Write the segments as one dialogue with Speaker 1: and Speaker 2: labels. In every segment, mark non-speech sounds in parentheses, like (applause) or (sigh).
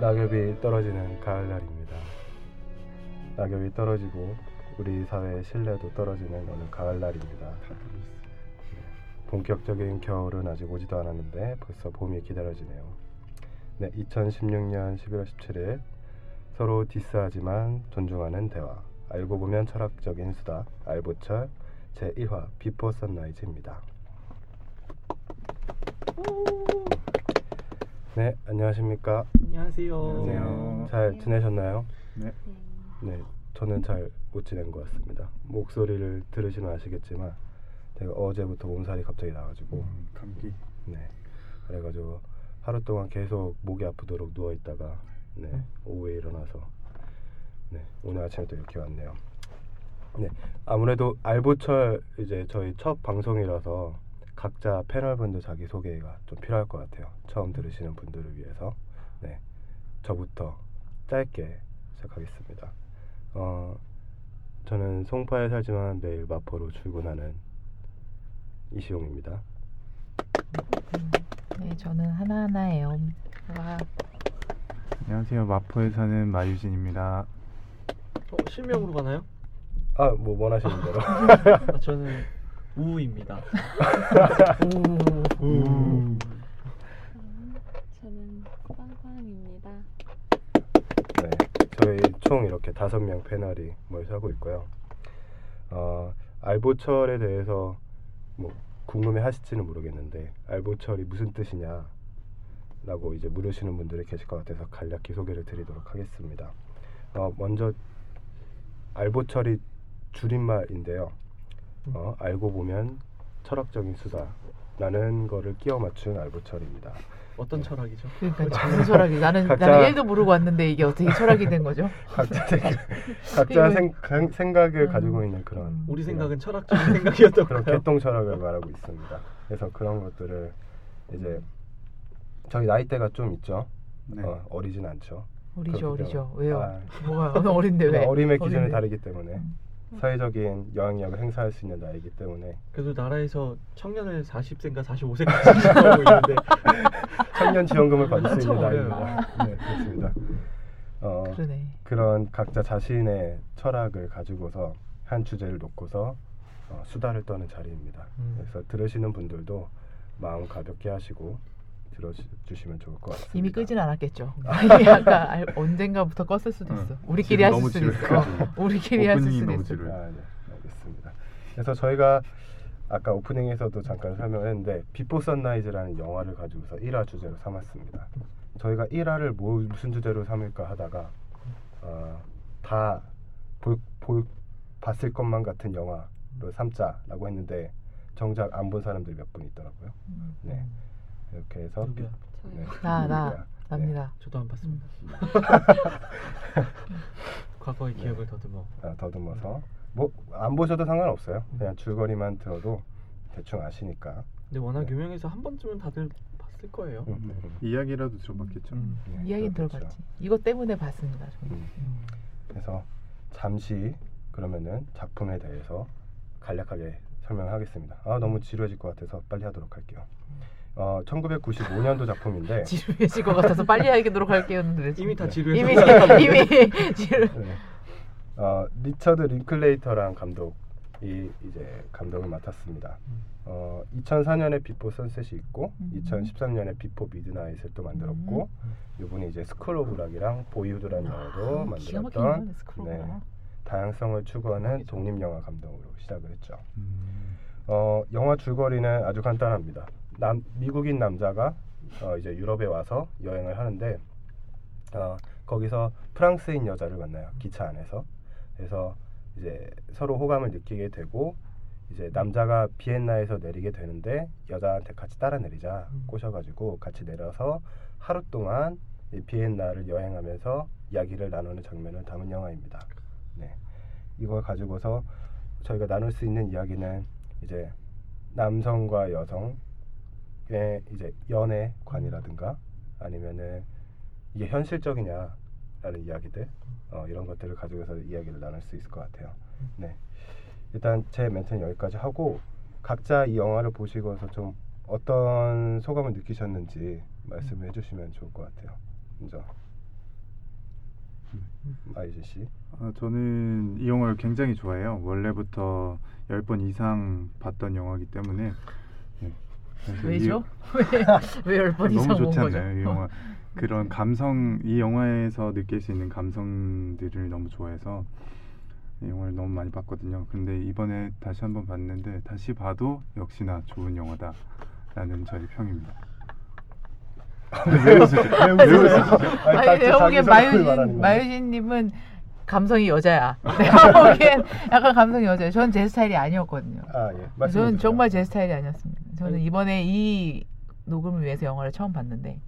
Speaker 1: 낙엽이 떨어지는 가을날입니다. 낙엽이 떨어지고 우리 사회의 신뢰도 떨어지는 오늘 가을날입니다. 네, 본격적인 겨울은 아직 오지도 않았는데 벌써 봄이 기다려지네요. 네, 2016년 11월 17일 서로 디스하지만 존중하는 대화 알고 보면 철학적인 수다 알보철 제1화 비포 선라이즈입니다. 네, 안녕하십니까?
Speaker 2: 안녕하세요.
Speaker 1: 네, 잘 지내셨나요?
Speaker 3: 네.
Speaker 1: 네, 저는 잘 못 지낸 것 같습니다. 목소리를 들으시면 아시겠지만 제가 어제부터 몸살이 갑자기 나가지고
Speaker 3: 음, 감기.
Speaker 1: 네, 그래가지고 하루 동안 계속 목이 아프도록 누워 있다가 네 오후에 일어나서 네 오늘 아침에 또 이렇게 왔네요. 네, 아무래도 알보철 이제 저희 첫 방송이라서 각자 패널분들 자기 소개가 좀 필요할 것 같아요. 처음 들으시는 분들을 위해서 네 저부터 짧게 시작하겠습니다. 어 저는 송파에 살지만 매일 마포로 출근하는 이시용입니다.
Speaker 4: 네, 저는 하나하나예요. 와,
Speaker 3: 안녕하세요. 마포에 사는 마유진입니다.
Speaker 2: 어, 실명으로 가나요?
Speaker 1: 아 뭐 원하시는 대로
Speaker 2: 아, 저는 우우입니다.
Speaker 3: 우.
Speaker 5: 저는 빵빵입니다.
Speaker 1: 네, 저희 총 이렇게 다섯 명 패널이 모여서 하고 있고요. 어, 알보철에 대해서 뭐 궁금해 하실지는 모르겠는데 알보철이 무슨 뜻이냐 라고 이제 물으시는 분들이 계실 것 같아서 간략히 소개를 드리도록 하겠습니다. 어, 먼저 알보철이 줄임말인데요. 어, 알고 보면 철학적인 수다라는 거를 끼워 맞춘 알보철입니다.
Speaker 2: 어떤 철학이죠?
Speaker 4: 그러니까 무슨 철학이 나는
Speaker 1: 아, 각자-
Speaker 4: 나는 일도 모르고 왔는데 이게 어떻게 철학이 된 거죠? (laughs)
Speaker 1: 각자 생각, 각자
Speaker 4: 이거-
Speaker 1: 그 생, 강- 생각을
Speaker 4: 음.
Speaker 1: 가지고 있는 그런
Speaker 2: 우리
Speaker 1: 그런-
Speaker 2: 생각은 철학적인 생각이었던
Speaker 1: 그런
Speaker 2: 거예요.
Speaker 1: 개똥 철학을 말하고 있습니다. 그래서 그런 것들을 이제 저희 나이대가 좀 있죠.
Speaker 3: 네.
Speaker 1: 어, 어리진 않죠.
Speaker 4: 어리죠,
Speaker 1: 그렇기
Speaker 4: 어리죠.
Speaker 1: 때문에.
Speaker 4: 왜요? (laughs)
Speaker 1: 아, 네,
Speaker 4: 뭐가 어느 어린데 왜?
Speaker 1: 어림의 기준이
Speaker 4: 어린데.
Speaker 1: 다르기 때문에
Speaker 4: 음.
Speaker 1: 사회적인 영향력을 행사할 수 있는 나이기 때문에
Speaker 2: 그래도 나라에서 청년을 40세인가 45세까지 하고 있는데
Speaker 1: 청년 지원금을 받을
Speaker 4: (laughs)
Speaker 1: 수
Speaker 2: 한참
Speaker 1: 있는
Speaker 2: 어려요.
Speaker 1: 나이입니다. 네, 그렇습니다. 어,
Speaker 4: 그러네.
Speaker 1: 그런 각자 자신의 철학을 가지고서 한 주제를 놓고서 어, 수다를 떠는 자리입니다.
Speaker 2: 음.
Speaker 1: 그래서 들으시는 분들도 마음 가볍게 하시고 들어주시면 좋을 것 같습니다.
Speaker 4: 이미 끄진 않았겠죠. (laughs) 이게 아까 알, 언젠가부터 껐을 수도
Speaker 3: 응.
Speaker 4: 있어.
Speaker 3: 지금
Speaker 4: 우리끼리 하실
Speaker 3: 너무
Speaker 4: 수도 있어.
Speaker 3: 지루해가지고.
Speaker 4: 어, 우리끼리 하실
Speaker 3: 오프닝이
Speaker 4: 수도
Speaker 3: 너무
Speaker 4: 있어.
Speaker 3: 지루해.
Speaker 1: 아, 네. 알겠습니다. 그래서 저희가 아까 오프닝에서도 잠깐 설명했는데 비포 선라이즈라는 영화를 가지고서 1화 주제로 삼았습니다. 저희가 1화를 뭐, 무슨 주제로 삼을까 하다가 어, 다 볼, 볼, 봤을 것만 같은 영화로 삼자라고 했는데 정작 안 본 사람들이 몇 분 있더라고요.
Speaker 4: 음.
Speaker 1: 네. 이렇게 해서
Speaker 2: 누구야?
Speaker 5: 저요.
Speaker 1: 네.
Speaker 4: 나, 나.
Speaker 1: 네.
Speaker 4: 납니다.
Speaker 2: 저도 안 봤습니다. (laughs) 과거의
Speaker 1: 네.
Speaker 2: 기억을 더듬어.
Speaker 1: 아, 더듬어서 뭐 안 보셔도 상관없어요. 그냥 줄거리만 들어도 대충 아시니까.
Speaker 2: 근데 워낙
Speaker 1: 네.
Speaker 2: 유명해서 한 번쯤은 다들 봤을 거예요.
Speaker 1: 음,
Speaker 3: 네.
Speaker 1: 음.
Speaker 3: 이야기라도 들어봤겠죠.
Speaker 2: 음.
Speaker 1: 네,
Speaker 4: 이야기는
Speaker 1: 그렇죠.
Speaker 4: 들어봤지. 이거 때문에 봤습니다. 저는.
Speaker 1: 음. 그래서 잠시 그러면은 작품에 대해서 간략하게 설명하겠습니다. 아 너무 지루해질 것 같아서 빨리 하도록 할게요. 어
Speaker 4: (laughs)
Speaker 1: 1995년도 작품인데
Speaker 4: 음. 지루해질 것 같아서 빨리 하도록 할게요. 근데
Speaker 2: 이미 다
Speaker 1: 네.
Speaker 2: 지루해서 (laughs)
Speaker 4: 이미 이미 (laughs) 지루.
Speaker 1: 네. 어, 리처드 링클레이터랑 감독이 이제 감독을 맡았습니다.
Speaker 2: 음.
Speaker 1: 어, 2004년에 비포 선셋이 있고
Speaker 4: 음.
Speaker 1: 2013년에 비포 미드나잇을 또 만들었고 이분이 이제 스쿨 오브 락이랑 보이우드라는 영화도
Speaker 4: 아, 기가 막힌 영화네,
Speaker 1: 만들었던
Speaker 4: 스크롤.
Speaker 1: 네. 다양성을 추구하는 독립 영화 감독으로 시작을 했죠.
Speaker 3: 음.
Speaker 1: 어, 영화 줄거리는 아주 간단합니다. 남, 미국인 남자가 어, 이제 유럽에 와서 여행을 하는데 어, 거기서 프랑스인 여자를 만나요 기차 안에서. 그래서 이제 서로 호감을 느끼게 되고 이제 남자가 비엔나에서 내리게 되는데 여자한테 같이 따라 내리자
Speaker 2: 음.
Speaker 1: 꼬셔가지고 같이 내려서 하루 동안 이 비엔나를 여행하면서 이야기를 나누는 장면을 담은 영화입니다. 네, 이걸 가지고서 저희가 나눌 수 있는 이야기는 이제 남성과 여성의 이제 연애관이라든가 아니면은 이게 현실적이냐라는 이야기들 어, 이런 것들을 가지고서 이야기를 나눌 수 있을 것 같아요. 네, 일단 제 멘트는 여기까지 하고 각자 이 영화를 보시고서 좀 어떤 소감을 느끼셨는지 말씀해 주시면 좋을 것 같아요. 먼저 아이즈
Speaker 4: 음.
Speaker 1: 씨.
Speaker 3: 아, 저는 이 영화를 굉장히 좋아해요. 원래부터 10번 이상 봤던 영화이기 때문에 네. 그래서 이-
Speaker 4: (laughs) 왜죠? 왜왜열번 이상
Speaker 3: 너무
Speaker 4: 본 거죠?
Speaker 3: 좋잖아요. 이 영화 그런 감성 이 영화에서 느낄 수 있는 감성들을 너무 좋아해서 이 영화를 너무 많이 봤거든요. 근데 이번에 다시 한번 봤는데 다시 봐도 역시나 좋은 영화다라는 저의 평입니다.
Speaker 1: 왜 네, 웃으시죠? (laughs) 아니, 다-
Speaker 4: 아니, 내가
Speaker 1: 자기
Speaker 4: 보기엔
Speaker 1: 성격을 말하는
Speaker 4: 마유진
Speaker 1: 거예요.
Speaker 4: 마유진님은 감성이 여자야. (laughs) 내가 보기엔 약간 감성이 여자야. 전 제 스타일이 아니었거든요.
Speaker 1: 아 예.
Speaker 4: 저는
Speaker 1: 말씀해주세요. 네.
Speaker 4: 정말 제 스타일이 아니었습니다. 저는
Speaker 1: 아니.
Speaker 4: 이번에 이 녹음을 위해서 영화를 처음 봤는데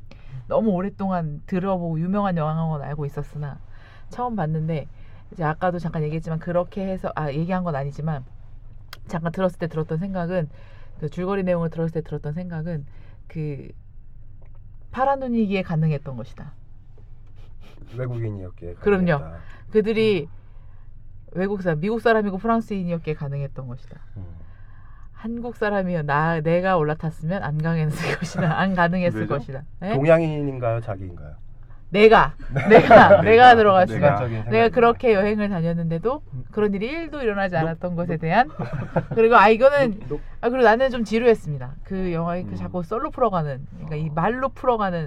Speaker 4: 너무 오랫동안 들어보고 유명한 영화인 건 알고 있었으나 처음 봤는데 이제 아까도 잠깐 얘기했지만 그렇게 해서 아 얘기한 건 아니지만 잠깐 들었을 때 들었던 생각은 그 줄거리 내용을 들었을 때 들었던 생각은 그 파란 눈이기에 가능했던 것이다.
Speaker 1: 외국인이었기에.
Speaker 4: 그럼요.
Speaker 1: 가능했다.
Speaker 4: 그들이
Speaker 1: 음.
Speaker 4: 외국 사람, 미국 사람이고 프랑스인이었기에 가능했던 것이다.
Speaker 1: 음.
Speaker 4: 한국 사람이여 나 내가 올라탔으면 안 강했을 (laughs) 것이다. 안 가능했을
Speaker 3: 왜죠?
Speaker 4: 것이다. 예?
Speaker 1: 동양인인가요, 자기인가요?
Speaker 3: (laughs)
Speaker 4: 내가 내가 내가
Speaker 3: 내가,
Speaker 4: 들어갔어.
Speaker 3: 네. 내가.
Speaker 4: 내가,
Speaker 1: 시각적인
Speaker 4: 내가
Speaker 1: 생각이.
Speaker 4: 그렇게 여행을 다녔는데도 그런 일이 1도 일어나지 않았던 것에
Speaker 3: (laughs)
Speaker 4: 대한 그리고 아 이거는
Speaker 1: 높-
Speaker 4: 아 그리고 나는 좀 지루했습니다. 그 영화의 그
Speaker 3: 음.
Speaker 4: 자꾸 썰로 풀어가는 그러니까 이 말로 풀어가는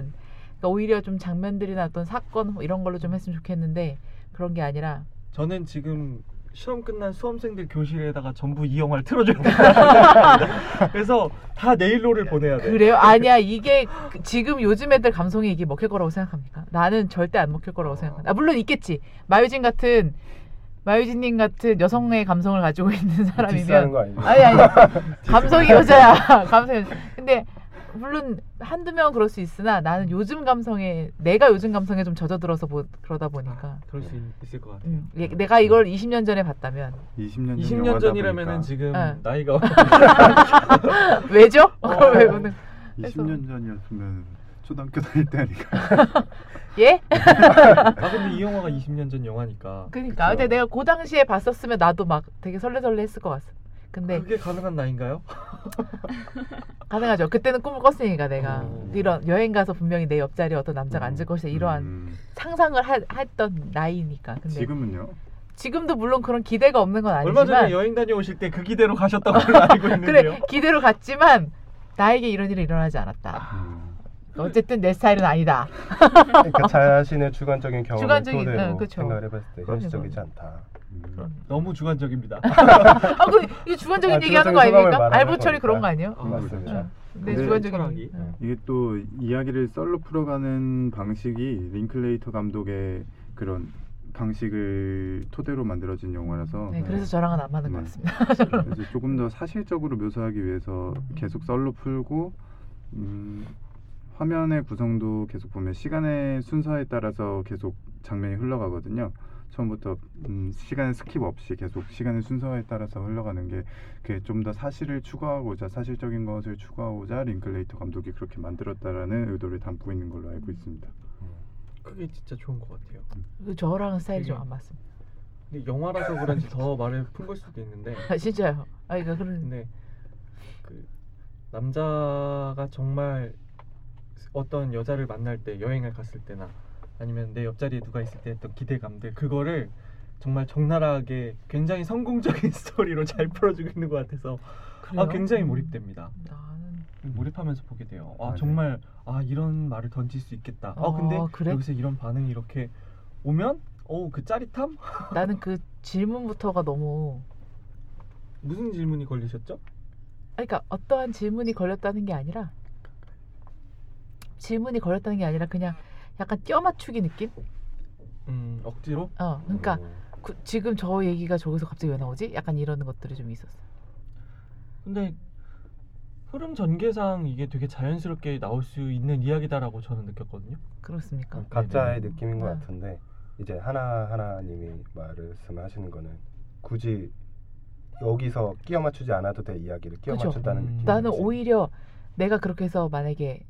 Speaker 4: 그러니까 오히려 좀 장면들이나 어떤 사건 이런 걸로 좀 했으면 좋겠는데 그런 게 아니라
Speaker 2: 저는 지금 시험 끝난 수험생들 교실에다가 전부 이 영화를 틀어줘야
Speaker 4: (laughs)
Speaker 2: 된다. 그래서 다 내일로를 보내야 돼.
Speaker 4: 그래요? 아니야 이게 그- 지금 요즘 애들 감성이 이게 먹힐 거라고 생각합니까? 나는 절대 안 먹힐 거라고 생각한다. 아, 물론 있겠지. 마유진 같은 마유진님 같은 여성의 감성을 가지고 있는
Speaker 1: 디스하는
Speaker 4: 사람이면
Speaker 1: 거 아니에요?
Speaker 4: (laughs)
Speaker 1: (laughs)
Speaker 4: 아니 아니 감성이 여자야. (laughs) 감성 근데 물론 한두명 그럴 수 있으나 나는 요즘 감성에 내가 요즘 감성에 좀 젖어들어서 보, 그러다 보니까
Speaker 2: 그럴 수 있, 을것 같아요.
Speaker 4: 음, 얘- 내가 이걸 20년 전에 봤다면
Speaker 3: 20년 전
Speaker 2: 20년 전이라면은 지금
Speaker 4: 네. (laughs)
Speaker 2: 나이가
Speaker 4: 왜죠? (laughs) 왜 보는
Speaker 3: 20년 전이었으면 초등학교 다닐 때 아닌가.
Speaker 4: 예?
Speaker 2: 아 근데 이 영화가 20년 전 영화니까
Speaker 4: 그러니까 근데 내가 그 당시에 봤었으면 나도 막 되게 설레설레 했을 것 같아. 근데
Speaker 2: 그게 가능한 나이인가요?
Speaker 4: 가능하죠. 그때는 꿈을 꿨으니까 내가
Speaker 2: 음.
Speaker 4: 이런 여행 가서 분명히 내 옆자리에 어떤 남자가
Speaker 2: 음.
Speaker 4: 앉을 것이다 이러한
Speaker 3: 음,
Speaker 4: 상상을 하, 했던 나이니까. 근데
Speaker 3: 지금은요?
Speaker 4: 지금... 도 물론 그런 기대가 없는 건
Speaker 2: 얼마 전에
Speaker 4: 아니지만
Speaker 2: 여행 다녀오실 때 그 기대로 가셨다고
Speaker 4: (laughs)
Speaker 2: 알고 있는데요.
Speaker 4: 그래 기대로 갔지만 나에게 이런 일이 일어나지 않았다.
Speaker 3: 음.
Speaker 4: 어쨌든 내 스타일은 아니다.
Speaker 1: 그러니까 자신의 주관적인 경험을
Speaker 4: 주관적인,
Speaker 1: 토대로
Speaker 4: 응, 그쵸.
Speaker 1: 생각을 해봤을 때
Speaker 4: 그럼요,
Speaker 1: 현실적이지
Speaker 4: 그럼요.
Speaker 1: 않다.
Speaker 3: 음.
Speaker 4: 음.
Speaker 2: 너무
Speaker 4: (laughs)
Speaker 2: 주관적입니다.
Speaker 4: 아, 그 이게 주관적인
Speaker 1: 아,
Speaker 4: 얘기하는
Speaker 1: 주관적인 소감을
Speaker 4: 거 아닙니까?
Speaker 1: 말하는
Speaker 4: 알보철이
Speaker 1: 거니까.
Speaker 4: 그런 거 아니에요?
Speaker 2: 어,
Speaker 1: 맞습니다.
Speaker 4: 응. 내
Speaker 3: 네,
Speaker 4: 주관적인
Speaker 2: 철학이.
Speaker 4: 응.
Speaker 3: 이게 또 이야기를 썰로 풀어가는 방식이 링클레이터 감독의 그런 방식을 토대로 만들어진 영화라서
Speaker 4: 네, 그래서 저랑은 안 맞는 것
Speaker 3: 네.
Speaker 4: 같습니다.
Speaker 3: 그래서 조금 더 사실적으로 묘사하기 위해서 계속 썰로 풀고 음, 화면의 구성도 계속 보면 시간의 순서에 따라서 계속 장면이 흘러가거든요. 처음부터 음, 시간의 스킵 없이 계속 시간의 순서에 따라서 흘러가는 게 그게 좀 더 사실을 추구하고자 사실적인 것을 추구하고자 링클레이터 감독이 그렇게 만들었다라는 의도를 담고 있는 걸로 알고 있습니다.
Speaker 2: 그게 진짜 좋은 것 같아요.
Speaker 4: 그 저랑 스타일이 좀
Speaker 2: 되게-
Speaker 4: 안 맞습니다.
Speaker 2: 근데 영화라서 그런지 더 말을 푼 걸 수도 있는데
Speaker 4: 아, 진짜요. 아, 그러니까 그런
Speaker 2: 근데 그 남자가 정말 어떤 여자를 만날 때 여행을 갔을 때나 아니면 내 옆자리에 누가 있을 때 했던 기대감들 그거를 정말 적나라하게 굉장히 성공적인 (laughs) 스토리로 잘 풀어주고 있는 것 같아서
Speaker 4: 그래요?
Speaker 2: 아 굉장히
Speaker 4: 음.
Speaker 2: 몰입됩니다.
Speaker 4: 나는
Speaker 2: 몰입하면서 보게 돼요. 아
Speaker 3: 맞아요.
Speaker 2: 정말 아 이런 말을 던질 수 있겠다. 아
Speaker 4: 어,
Speaker 2: 근데
Speaker 4: 그래?
Speaker 2: 여기서 이런 반응이 이렇게 오면 어그 짜릿함
Speaker 4: 나는 그 질문부터가 너무
Speaker 2: 무슨 질문이 걸리셨죠?
Speaker 4: 아니, 그러니까 어떠한 질문이 걸렸다는 게 아니라 질문이 걸렸다는 게 아니라 그냥 약간 껴맞추기 느낌?
Speaker 2: 음 억지로
Speaker 4: 어, 그러니까
Speaker 1: 음.
Speaker 4: 그- 지금 저 얘기가 저기서 갑자기 왜 나오지? 약간 이런 것들이 좀 있었어.
Speaker 2: 근데 흐름 전개상 이게 되게 자연스럽게 나올 수 있는 이야기다라고 저는 느꼈거든요.
Speaker 4: 그렇습니까?
Speaker 2: 아,
Speaker 1: 각자의 느낌인 것
Speaker 4: 네.
Speaker 1: 같은데 이제 하나 하나님이 말씀하시는 거는 굳이 여기서 끼어 맞추지 않아도 될 이야기를 끼어
Speaker 4: 그쵸.
Speaker 1: 맞췄다는
Speaker 2: 음.
Speaker 1: 느낌.
Speaker 4: 나는 오히려 내가 그렇게 해서 만약에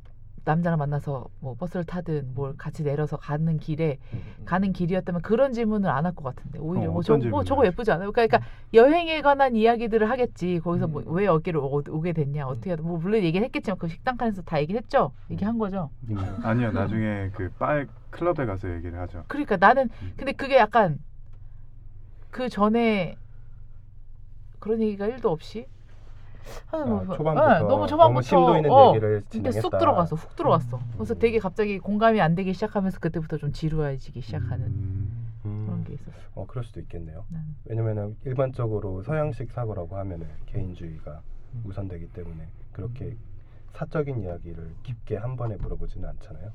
Speaker 4: 남자를 만나서 뭐 버스를 타든 뭘 같이 내려서 가는 길에
Speaker 2: 음.
Speaker 4: 가는 길이었다면 그런 질문을 안 할 것 같은데 오히려
Speaker 3: 어,
Speaker 4: 뭐
Speaker 3: 어떤
Speaker 4: 저거 뭐
Speaker 3: 질문을
Speaker 4: 저거
Speaker 3: 하지?
Speaker 4: 예쁘지 않아요? 그러니까, 그러니까 여행에 관한 이야기들을 하겠지 거기서
Speaker 2: 음.
Speaker 4: 뭐 왜 여기로 오, 오게 됐냐
Speaker 1: 음.
Speaker 4: 어떻게 하든 뭐 물론 얘기는 했겠지만 그 식당 칸에서 다 얘기를 했죠
Speaker 1: 음.
Speaker 4: 얘기한 거죠
Speaker 3: 아니요 나중에 그 바에 클럽에 가서 얘기를 하죠.
Speaker 4: 그러니까 나는
Speaker 3: 음.
Speaker 4: 근데 그게 약간 그 전에 그런 얘기가 1도 없이 하는
Speaker 1: 아,
Speaker 4: 거 봐.
Speaker 1: 초반부터
Speaker 4: 예, 너무 초반부터
Speaker 1: 너무 심도 있는
Speaker 4: 어,
Speaker 1: 얘기를
Speaker 4: 근데
Speaker 1: 진행했다.
Speaker 4: 쑥 들어갔어 훅 들어갔어
Speaker 2: 음.
Speaker 4: 그래서 되게 갑자기 공감이 안 되기 시작하면서 그때부터 좀 지루해지기 시작하는
Speaker 3: 음,
Speaker 1: 음,
Speaker 4: 그런 게 있었어
Speaker 1: 어 그럴 수도 있겠네요.
Speaker 4: 나는.
Speaker 1: 왜냐면은 일반적으로 서양식 사고라고 하면은 개인주의가 우선되기 때문에 그렇게 사적인 이야기를 깊게 한 번에 물어보지는 않잖아요.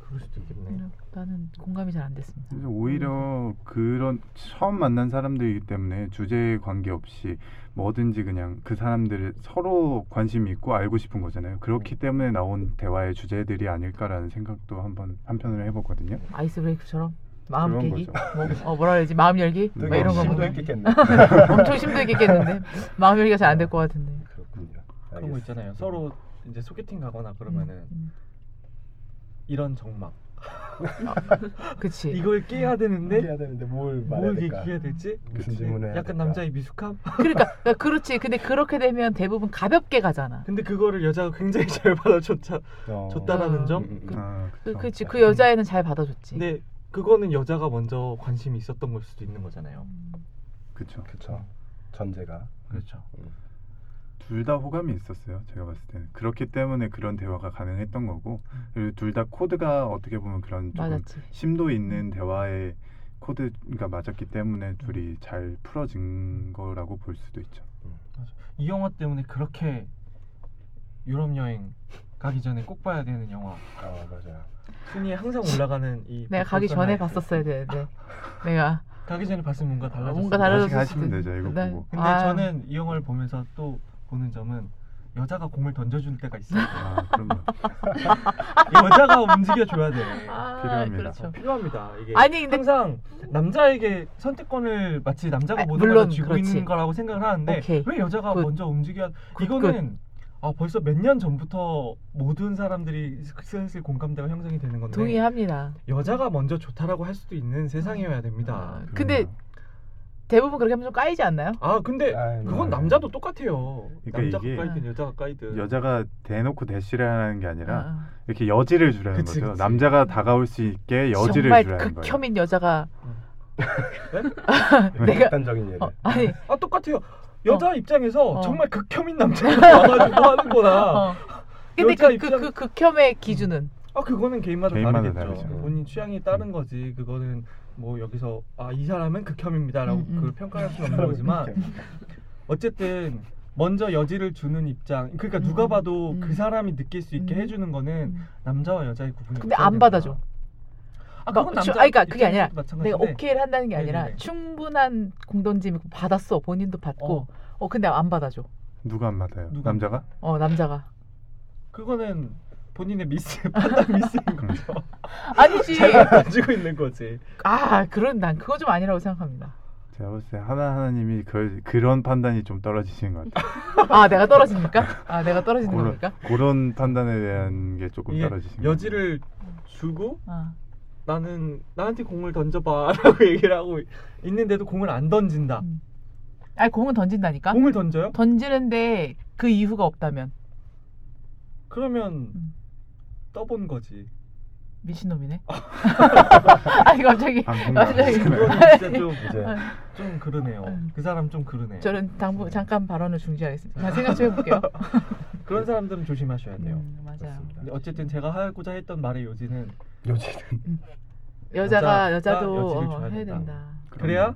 Speaker 2: 그럴 수도
Speaker 1: 음.
Speaker 2: 있겠네.
Speaker 4: 나는- 나는 공감이 잘 안 됐습니다 음.
Speaker 3: 그래서 오히려 그런 처음 만난 사람들이기 때문에 주제에 관계없이 뭐든지 그냥 그 사람들 서로 관심이 있고 알고 싶은 거잖아요.
Speaker 4: 음.
Speaker 3: 그렇기 때문에 나온 대화의 주제들이 아닐까라는 생각도 한번 한편으로 해봤거든요.
Speaker 4: 아이스 브레이크처럼 마음
Speaker 3: 그런
Speaker 4: 깨기
Speaker 3: 거죠.
Speaker 4: 뭐, 어, 뭐라 그러지 마음 열기
Speaker 3: 되게
Speaker 4: 뭐 이런 거
Speaker 3: 심도
Speaker 4: 보면
Speaker 1: 있겠겠네.
Speaker 4: (laughs) 엄청 심도 있겠는데 마음 열기가 잘 안 될 것 같은데
Speaker 1: 그렇군요.
Speaker 2: 그런 거 있잖아요. 서로 이제 소개팅 가거나 그러면은
Speaker 4: 음,
Speaker 2: 이런 정막
Speaker 4: 음. 그치
Speaker 2: 이걸 깨야 되는데
Speaker 1: 해야 되는데 뭘 예. 음. 말해야
Speaker 2: 뭘
Speaker 1: 될까?
Speaker 2: 얘기해야 될지
Speaker 1: 무슨 질문을 해야
Speaker 2: 약간
Speaker 1: 될까?
Speaker 2: 남자의 미숙함. (laughs)
Speaker 4: 그러니까 그러니까 그렇지 근데 그렇게 되면 대부분 가볍게 가잖아
Speaker 2: 근데 그거를 여자가 굉장히 잘 받아줬자
Speaker 1: 어.
Speaker 2: 줬다라는
Speaker 4: 어.
Speaker 2: 점.
Speaker 1: 음, 음, 음.
Speaker 3: 아,
Speaker 4: 그,
Speaker 3: 그쵸.
Speaker 2: 그렇죠.
Speaker 4: 그치 그 여자애는 잘 받아줬지
Speaker 2: 근데 그거는 여자가 먼저 관심이 있었던 걸 수도 있는 거잖아요.
Speaker 4: 음,
Speaker 3: 그쵸.
Speaker 1: 그쵸. 전제가
Speaker 2: 그렇죠.
Speaker 3: 둘 다 호감이 있었어요. 제가 봤을 때는 그렇기 때문에 그런 대화가 가능했던 거고 그리고 둘 다 코드가 어떻게 보면 그런 조금
Speaker 4: 음. 맞았지
Speaker 3: 심도 있는 대화의 코드가 맞았기 때문에 둘이 잘 풀어진 거라고 볼 수도 있죠.
Speaker 2: 이 영화 때문에 그렇게 유럽 여행 가기 전에 꼭 봐야 되는 영화
Speaker 1: 아 맞아요.
Speaker 2: 순위에 항상 올라가는 이
Speaker 4: 내가 가기 전에
Speaker 2: 박보선의- 그
Speaker 4: 봤었어야 되는데 내가
Speaker 2: 가기 전에 봤으면 뭔가 달라졌을
Speaker 4: 뭔가
Speaker 2: 텐데.
Speaker 4: 달라졌을
Speaker 3: 아직 하시면
Speaker 4: 수도
Speaker 3: 되죠, 이거
Speaker 4: 있는데.
Speaker 3: 보고.
Speaker 2: 근데
Speaker 4: 아,
Speaker 2: 저는 이 영화를 보면서 또 보는 점은 여자가 공을 던져줄 때가 있어요.
Speaker 3: 아, 그럼요.
Speaker 2: 여자가 (laughs) 움직여줘야 돼.
Speaker 4: 아,
Speaker 3: 필요합니다.
Speaker 4: 그렇죠.
Speaker 2: 필요합니다. 이게
Speaker 4: 아니 근데
Speaker 2: 항상 남자에게 선택권을 마치 남자가
Speaker 4: 아,
Speaker 2: 모든 걸
Speaker 4: 물론
Speaker 2: 다 쥐고
Speaker 4: 그렇지.
Speaker 2: 있는 거라고 생각을 하는데
Speaker 4: 오케이.
Speaker 2: 왜 여자가
Speaker 4: 굿.
Speaker 2: 먼저 움직여야
Speaker 4: 굿,
Speaker 2: 이거는 아, 벌써 몇 년 전부터 모든 사람들이 슬슬 공감대가 형성이 되는 건데
Speaker 4: 그, 동의합니다
Speaker 2: 여자가 먼저 좋다라고 할 수도 있는 세상이어야 됩니다.
Speaker 4: 아, 근데 대부분 그렇게 하면 좀 까이지 않나요?
Speaker 2: 아 근데
Speaker 1: 아유,
Speaker 2: 그건
Speaker 1: 네.
Speaker 2: 남자도 똑같아요.
Speaker 3: 음. 그러니까
Speaker 2: 남자가
Speaker 3: 이게
Speaker 2: 까이든 여자가 까이든
Speaker 3: 그 여자가 대놓고 대시를 하는 게 아니라
Speaker 4: 어, 어.
Speaker 3: 이렇게 여지를 주라는
Speaker 2: 그치,
Speaker 3: 거죠.
Speaker 2: 그치.
Speaker 3: 남자가 다가올 수 있게 여지를
Speaker 4: 정말 그
Speaker 3: 주라는 거예요.
Speaker 4: 극혐인 여자가 내가-
Speaker 1: 네, 극단적인 얘기.
Speaker 4: 어, 아니
Speaker 2: 네? 아 똑같아요. 여자 입장에서
Speaker 4: 어.
Speaker 2: 정말 극혐인 남자가 와가지고 하는 거나
Speaker 4: (laughs) 어. 근데
Speaker 2: 여자
Speaker 4: 그, 그,
Speaker 2: 입장-
Speaker 4: 그 극혐의 기준은
Speaker 2: 아 그거는 개인마다,
Speaker 3: 개인마다 음.
Speaker 2: 다르겠죠.
Speaker 1: 다르죠.
Speaker 2: 본인 취향이 따른 거지. 그거는 뭐 여기서 아 이 사람은 극혐입니다라고
Speaker 4: 음, 음.
Speaker 2: 그걸 평가할 수는 없는
Speaker 4: (laughs)
Speaker 2: 거지만 어쨌든 먼저 여지를 주는 입장. 그러니까
Speaker 4: 음,
Speaker 2: 누가 봐도
Speaker 4: 음.
Speaker 2: 그 사람이 느낄 수 있게
Speaker 4: 음.
Speaker 2: 해주는 거는
Speaker 4: 음.
Speaker 2: 남자와 여자의 구분이.
Speaker 4: 근데
Speaker 2: 없어야
Speaker 4: 안
Speaker 2: 된다.
Speaker 4: 받아줘.
Speaker 2: 아 그건
Speaker 4: 막 주-
Speaker 2: 남자.
Speaker 4: 아니, 그러니까 그게 아니라
Speaker 2: 입장에서도
Speaker 4: 내가
Speaker 2: 마찬가지인데
Speaker 4: 오케이를 한다는 게 아니라
Speaker 2: 네. 네네네.
Speaker 4: 충분한 공동짐이 받았어 본인도 받고
Speaker 2: 어.
Speaker 4: 어, 근데 안 받아줘
Speaker 3: 누가 안 받아요?
Speaker 2: 누가?
Speaker 3: 남자가?
Speaker 2: (laughs)
Speaker 4: 어 남자가
Speaker 2: 그거는 본인의 미스 (laughs) 판단 미스인 거죠. (laughs)
Speaker 4: 아니지
Speaker 2: 제가 가지고 있는 거지.
Speaker 4: 아 그런 난 그거 좀 아니라고 생각합니다
Speaker 3: 제가 봤을 때 하나 하나님이 그, 그런 판단이 좀 떨어지신 것 같아요.
Speaker 4: 아 내가 떨어집니까 아 내가 떨어지는
Speaker 3: 그런-
Speaker 4: 겁니까
Speaker 3: 그런 판단에 대한 게 조금
Speaker 2: 이게
Speaker 3: 떨어지신
Speaker 2: 여지를 주고
Speaker 4: 아,
Speaker 2: 나는 나한테 공을 던져봐라고 (laughs) 얘기를 하고 있는데도 공을 안 던진다.
Speaker 4: 음. 아니 공은 던진다니까
Speaker 2: 공을 던져요?
Speaker 4: 던지는데 그 이유가 없다면
Speaker 2: 그러면
Speaker 4: 음.
Speaker 2: 떠본 거지.
Speaker 4: 미친놈이네 (laughs) 아니 네. 갑자기
Speaker 3: 방송
Speaker 4: 갑자기
Speaker 2: 그건 진짜
Speaker 4: (laughs)
Speaker 2: 좀,
Speaker 1: 이제
Speaker 2: 좀 그러네요.
Speaker 4: 음.
Speaker 2: 그 사람 좀 그러네. 요
Speaker 4: 저는 당부 잠깐 발언을 중지하겠습니다 다 생각 좀 해볼게요
Speaker 2: 그런 사람들은 조심하셔야 돼요. 네.
Speaker 4: 음, 맞아요
Speaker 1: 그렇습니다.
Speaker 2: 근데 어쨌든 제가 하고자 했던 말의 요지는
Speaker 1: 요지는
Speaker 2: 여자가
Speaker 4: 여자가 여자도
Speaker 2: 여지를
Speaker 4: 어,
Speaker 2: 줘야
Speaker 4: 해야
Speaker 2: 된다.
Speaker 4: 된다
Speaker 2: 그래야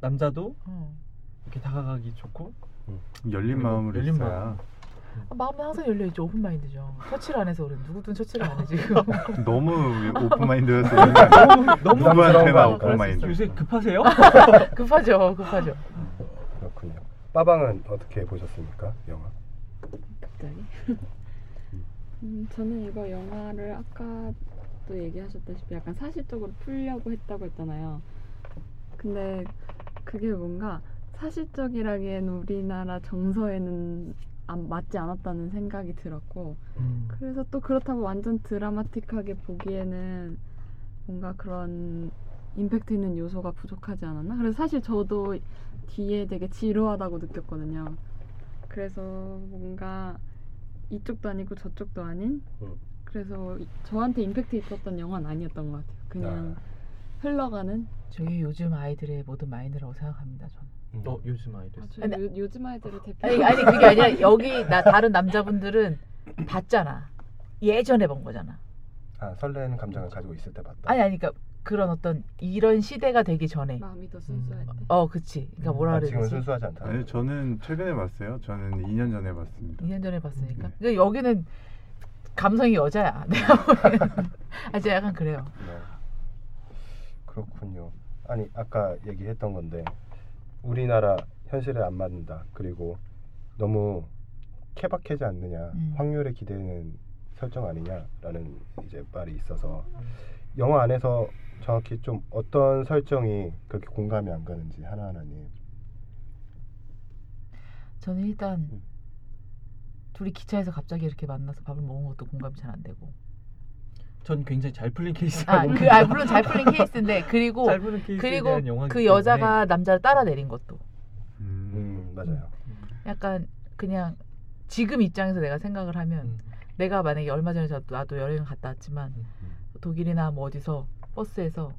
Speaker 2: 남자도
Speaker 4: 어.
Speaker 2: 이렇게 다가가기 좋고
Speaker 3: 열린
Speaker 2: 그리고
Speaker 3: 마음으로
Speaker 2: 열린
Speaker 3: 있어야
Speaker 2: 마음.
Speaker 4: 아, 마음은 항상 열려 있죠. 오픈 마인드죠. 터치를 안 해서 그래. 누구든 터치를 안 해 지금. (laughs)
Speaker 3: (laughs) 너무 오픈 마인드였어요.
Speaker 2: (laughs) 너무
Speaker 1: 너무
Speaker 3: 누구한테나
Speaker 1: 부담스러워.
Speaker 3: 오픈 마인드.
Speaker 2: 요새 급하세요?
Speaker 4: 급하죠, 급하죠.
Speaker 1: 그렇군요. 빠방은 어떻게 보셨습니까? 영화.
Speaker 5: 갑자기. 음, 저는 이거 영화를 아까도 얘기하셨다시피 약간 사실적으로 풀려고 했다고 했잖아요. 근데 그게 뭔가 사실적이라기엔 우리나라 정서에는 안, 맞지 않았다는 생각이 들었고
Speaker 2: 음.
Speaker 5: 그래서 또 그렇다고 완전 드라마틱하게 보기에는 뭔가 그런 임팩트 있는 요소가 부족하지 않았나? 그래서 사실 저도 뒤에 되게 지루하다고 느꼈거든요. 그래서 뭔가 이쪽도 아니고 저쪽도 아닌
Speaker 1: 음.
Speaker 5: 그래서 이- 저한테 임팩트 있었던 영화는 아니었던 것 같아요. 그냥 흘러가는
Speaker 4: 저게 요즘 아이들의 모든 마인드라고 생각합니다. 저는.
Speaker 1: 음.
Speaker 2: 어 요즘 아이들
Speaker 5: 아주
Speaker 4: 아니,
Speaker 5: 요, 요즘 아이들을 대표
Speaker 4: 아니 아니 그게 아니라 여기 나 다른 남자분들은 봤잖아. 예전에 본 거잖아.
Speaker 1: 아 설레는 감정을 가지고 있을 때 봤다.
Speaker 4: 아니 아니 그러니까 그런 어떤 이런 시대가 되기 전에.
Speaker 5: 마음이 더 순수할 때
Speaker 4: 어, 그치. 그러니까
Speaker 2: 음,
Speaker 4: 뭐라
Speaker 1: 아,
Speaker 4: 그래야
Speaker 1: 지금은
Speaker 4: 되지?
Speaker 1: 순수하지 않다.
Speaker 3: 아니 저는 최근에 봤어요. 저는 2년 전에 봤습니다.
Speaker 4: 2년 전에 봤으니까.
Speaker 3: 네.
Speaker 4: 근데 여기는 감성이 여자야. (laughs) 내가 보기에는. 아, 진짜 약간 그래요.
Speaker 1: 네. 그렇군요. 아니 아까 얘기했던 건데 우리나라 현실에 안 맞는다. 그리고 너무 케바케지 않느냐.
Speaker 4: 음.
Speaker 1: 확률에 기대는 설정 아니냐라는 이제 말이 있어서 영화 안에서 정확히 좀 어떤 설정이 그렇게 공감이 안 가는지 하나하나님.
Speaker 4: 저는 일단
Speaker 1: 음.
Speaker 4: 둘이 기차에서 갑자기 이렇게 만나서 밥을 먹은 것도 공감이 잘 안 되고.
Speaker 2: 전 굉장히 잘 풀린
Speaker 4: 아,
Speaker 2: 케이스라고
Speaker 4: 그, 아, 물론 잘 풀린 케이스인데,
Speaker 2: (laughs)
Speaker 4: 그리고,
Speaker 2: 잘 풀린 케이스에
Speaker 4: 그리고
Speaker 2: 대한 영화이기
Speaker 4: 그
Speaker 2: 때문에.
Speaker 4: 여자가 남자를 따라 내린 것도.
Speaker 1: 음 맞아요.
Speaker 4: 약간 그냥 지금 입장에서 내가 생각을 하면
Speaker 2: 음.
Speaker 4: 내가 만약에 얼마 전에 저도 나도 여행을 갔다 왔지만
Speaker 2: 음.
Speaker 4: 독일이나 뭐 어디서 버스에서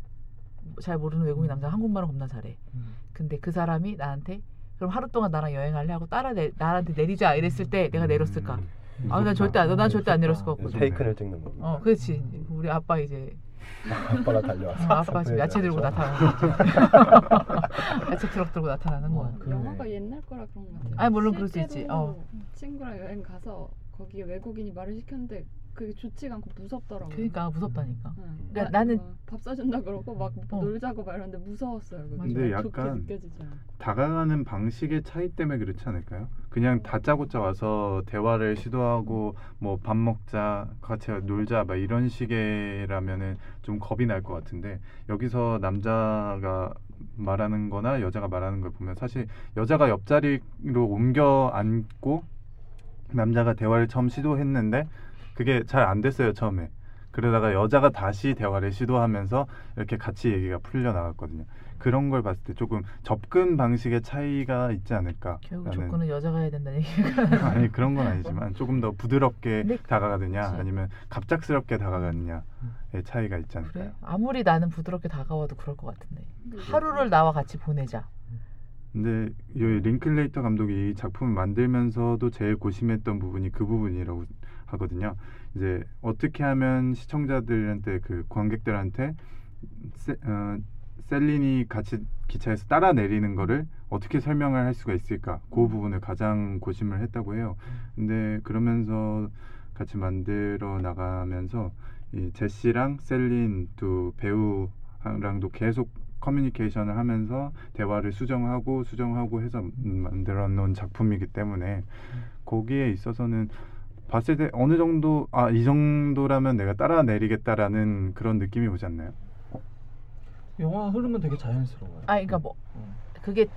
Speaker 4: 잘 모르는 외국인 남자 가 한국말을 겁나 잘해.
Speaker 2: 음.
Speaker 4: 근데 그 사람이 나한테 그럼 하루 동안 나랑 여행할래 하고 따라 내, 나한테 내리자 이랬을 때 내가 내렸을까?
Speaker 2: 음.
Speaker 3: 음.
Speaker 4: 아, 난 절대 안, 난 절대 안 내렸을 것 같고.
Speaker 1: 그래서 페이크를 찍는 거.
Speaker 4: 어, 그렇지. 우리 아빠 이제
Speaker 1: (laughs) 아빠가 달려왔어.
Speaker 4: 어, 아빠 지금 야채 들고
Speaker 1: 그래서
Speaker 4: 나타나는 (laughs) 거지. 야채 트럭 들고 나타나는 거야.
Speaker 2: 어, 그러네.
Speaker 5: 영화가 옛날 거라 그런 것 같아요.
Speaker 4: 아, 아니, 물론 그럴 수 있지.
Speaker 5: 실제로
Speaker 4: 어.
Speaker 5: 친구랑 여행 가서 거기 외국인이 말을 시켰는데 그게 좋지가 않고 무섭더라고요.
Speaker 4: 그러니까 무섭다니까.
Speaker 5: 응.
Speaker 4: 그러니까
Speaker 5: 막
Speaker 4: 나는-
Speaker 5: 뭐밥 사준다 그러고 막
Speaker 4: 어.
Speaker 5: 놀자고 막 이러는데 무서웠어요. 그게.
Speaker 4: 근데
Speaker 5: 좋게
Speaker 3: 약간
Speaker 5: 느껴지지 않고.
Speaker 3: 다가가는 방식의 차이 때문에 그렇지 않을까요? 그냥 다짜고짜 와서 대화를 시도하고 뭐 밥 먹자, 같이 놀자 막 이런 식이라면은 좀 겁이 날 것 같은데 여기서 남자가 말하는 거나 여자가 말하는 걸 보면 사실 여자가 옆자리로 옮겨 앉고 남자가 대화를 처음 시도했는데 그게 잘 안 됐어요, 처음에. 그러다가 여자가 다시 대화를 시도하면서 이렇게 같이 얘기가 풀려 나갔거든요. 그런 걸 봤을 때 조금 접근 방식의 차이가 있지 않을까?
Speaker 4: 결국 조건은 여자가 해야 된다는 얘기.
Speaker 3: (laughs) 아니 그런 건 아니지만 조금 더 부드럽게
Speaker 4: 근데-
Speaker 3: 다가가느냐
Speaker 4: 네. 그치. 음.
Speaker 3: 아니면 갑작스럽게 다가가느냐의 차이가 있지
Speaker 4: 그래?
Speaker 3: 않을까요?
Speaker 4: 아무리 나는 부드럽게 다가와도 그럴 것 같은데.
Speaker 5: 근데 이게
Speaker 4: 하루를 나와 같이 보내자.
Speaker 3: 근데 이 링클레이터 감독이 이 작품을 만들면서도 제일 고심했던 부분이 그 부분이라고 하거든요. 이제 어떻게 하면 시청자들한테 그 관객들한테 세, 어, 셀린이 같이 기차에서 따라 내리는 거를 어떻게 설명을 할 수가 있을까? 그 부분을 가장 고심을 했다고 해요. 근데 그러면서 같이 만들어 나가면서 이 제시랑 셀린 두 배우랑도 계속 커뮤니케이션을 하면서 대화를 수정하고 수정하고 해서 만들어 놓은 작품이기 때문에 거기에 있어서는 봤을 때 어느 정도 아 이 정도라면 내가 따라 내리겠다라는 그런 느낌이 오지 않나요?
Speaker 2: 영화 흐름은 되게 자연스러워요.
Speaker 4: 아, 그러니까 뭐
Speaker 2: 음.
Speaker 4: 그게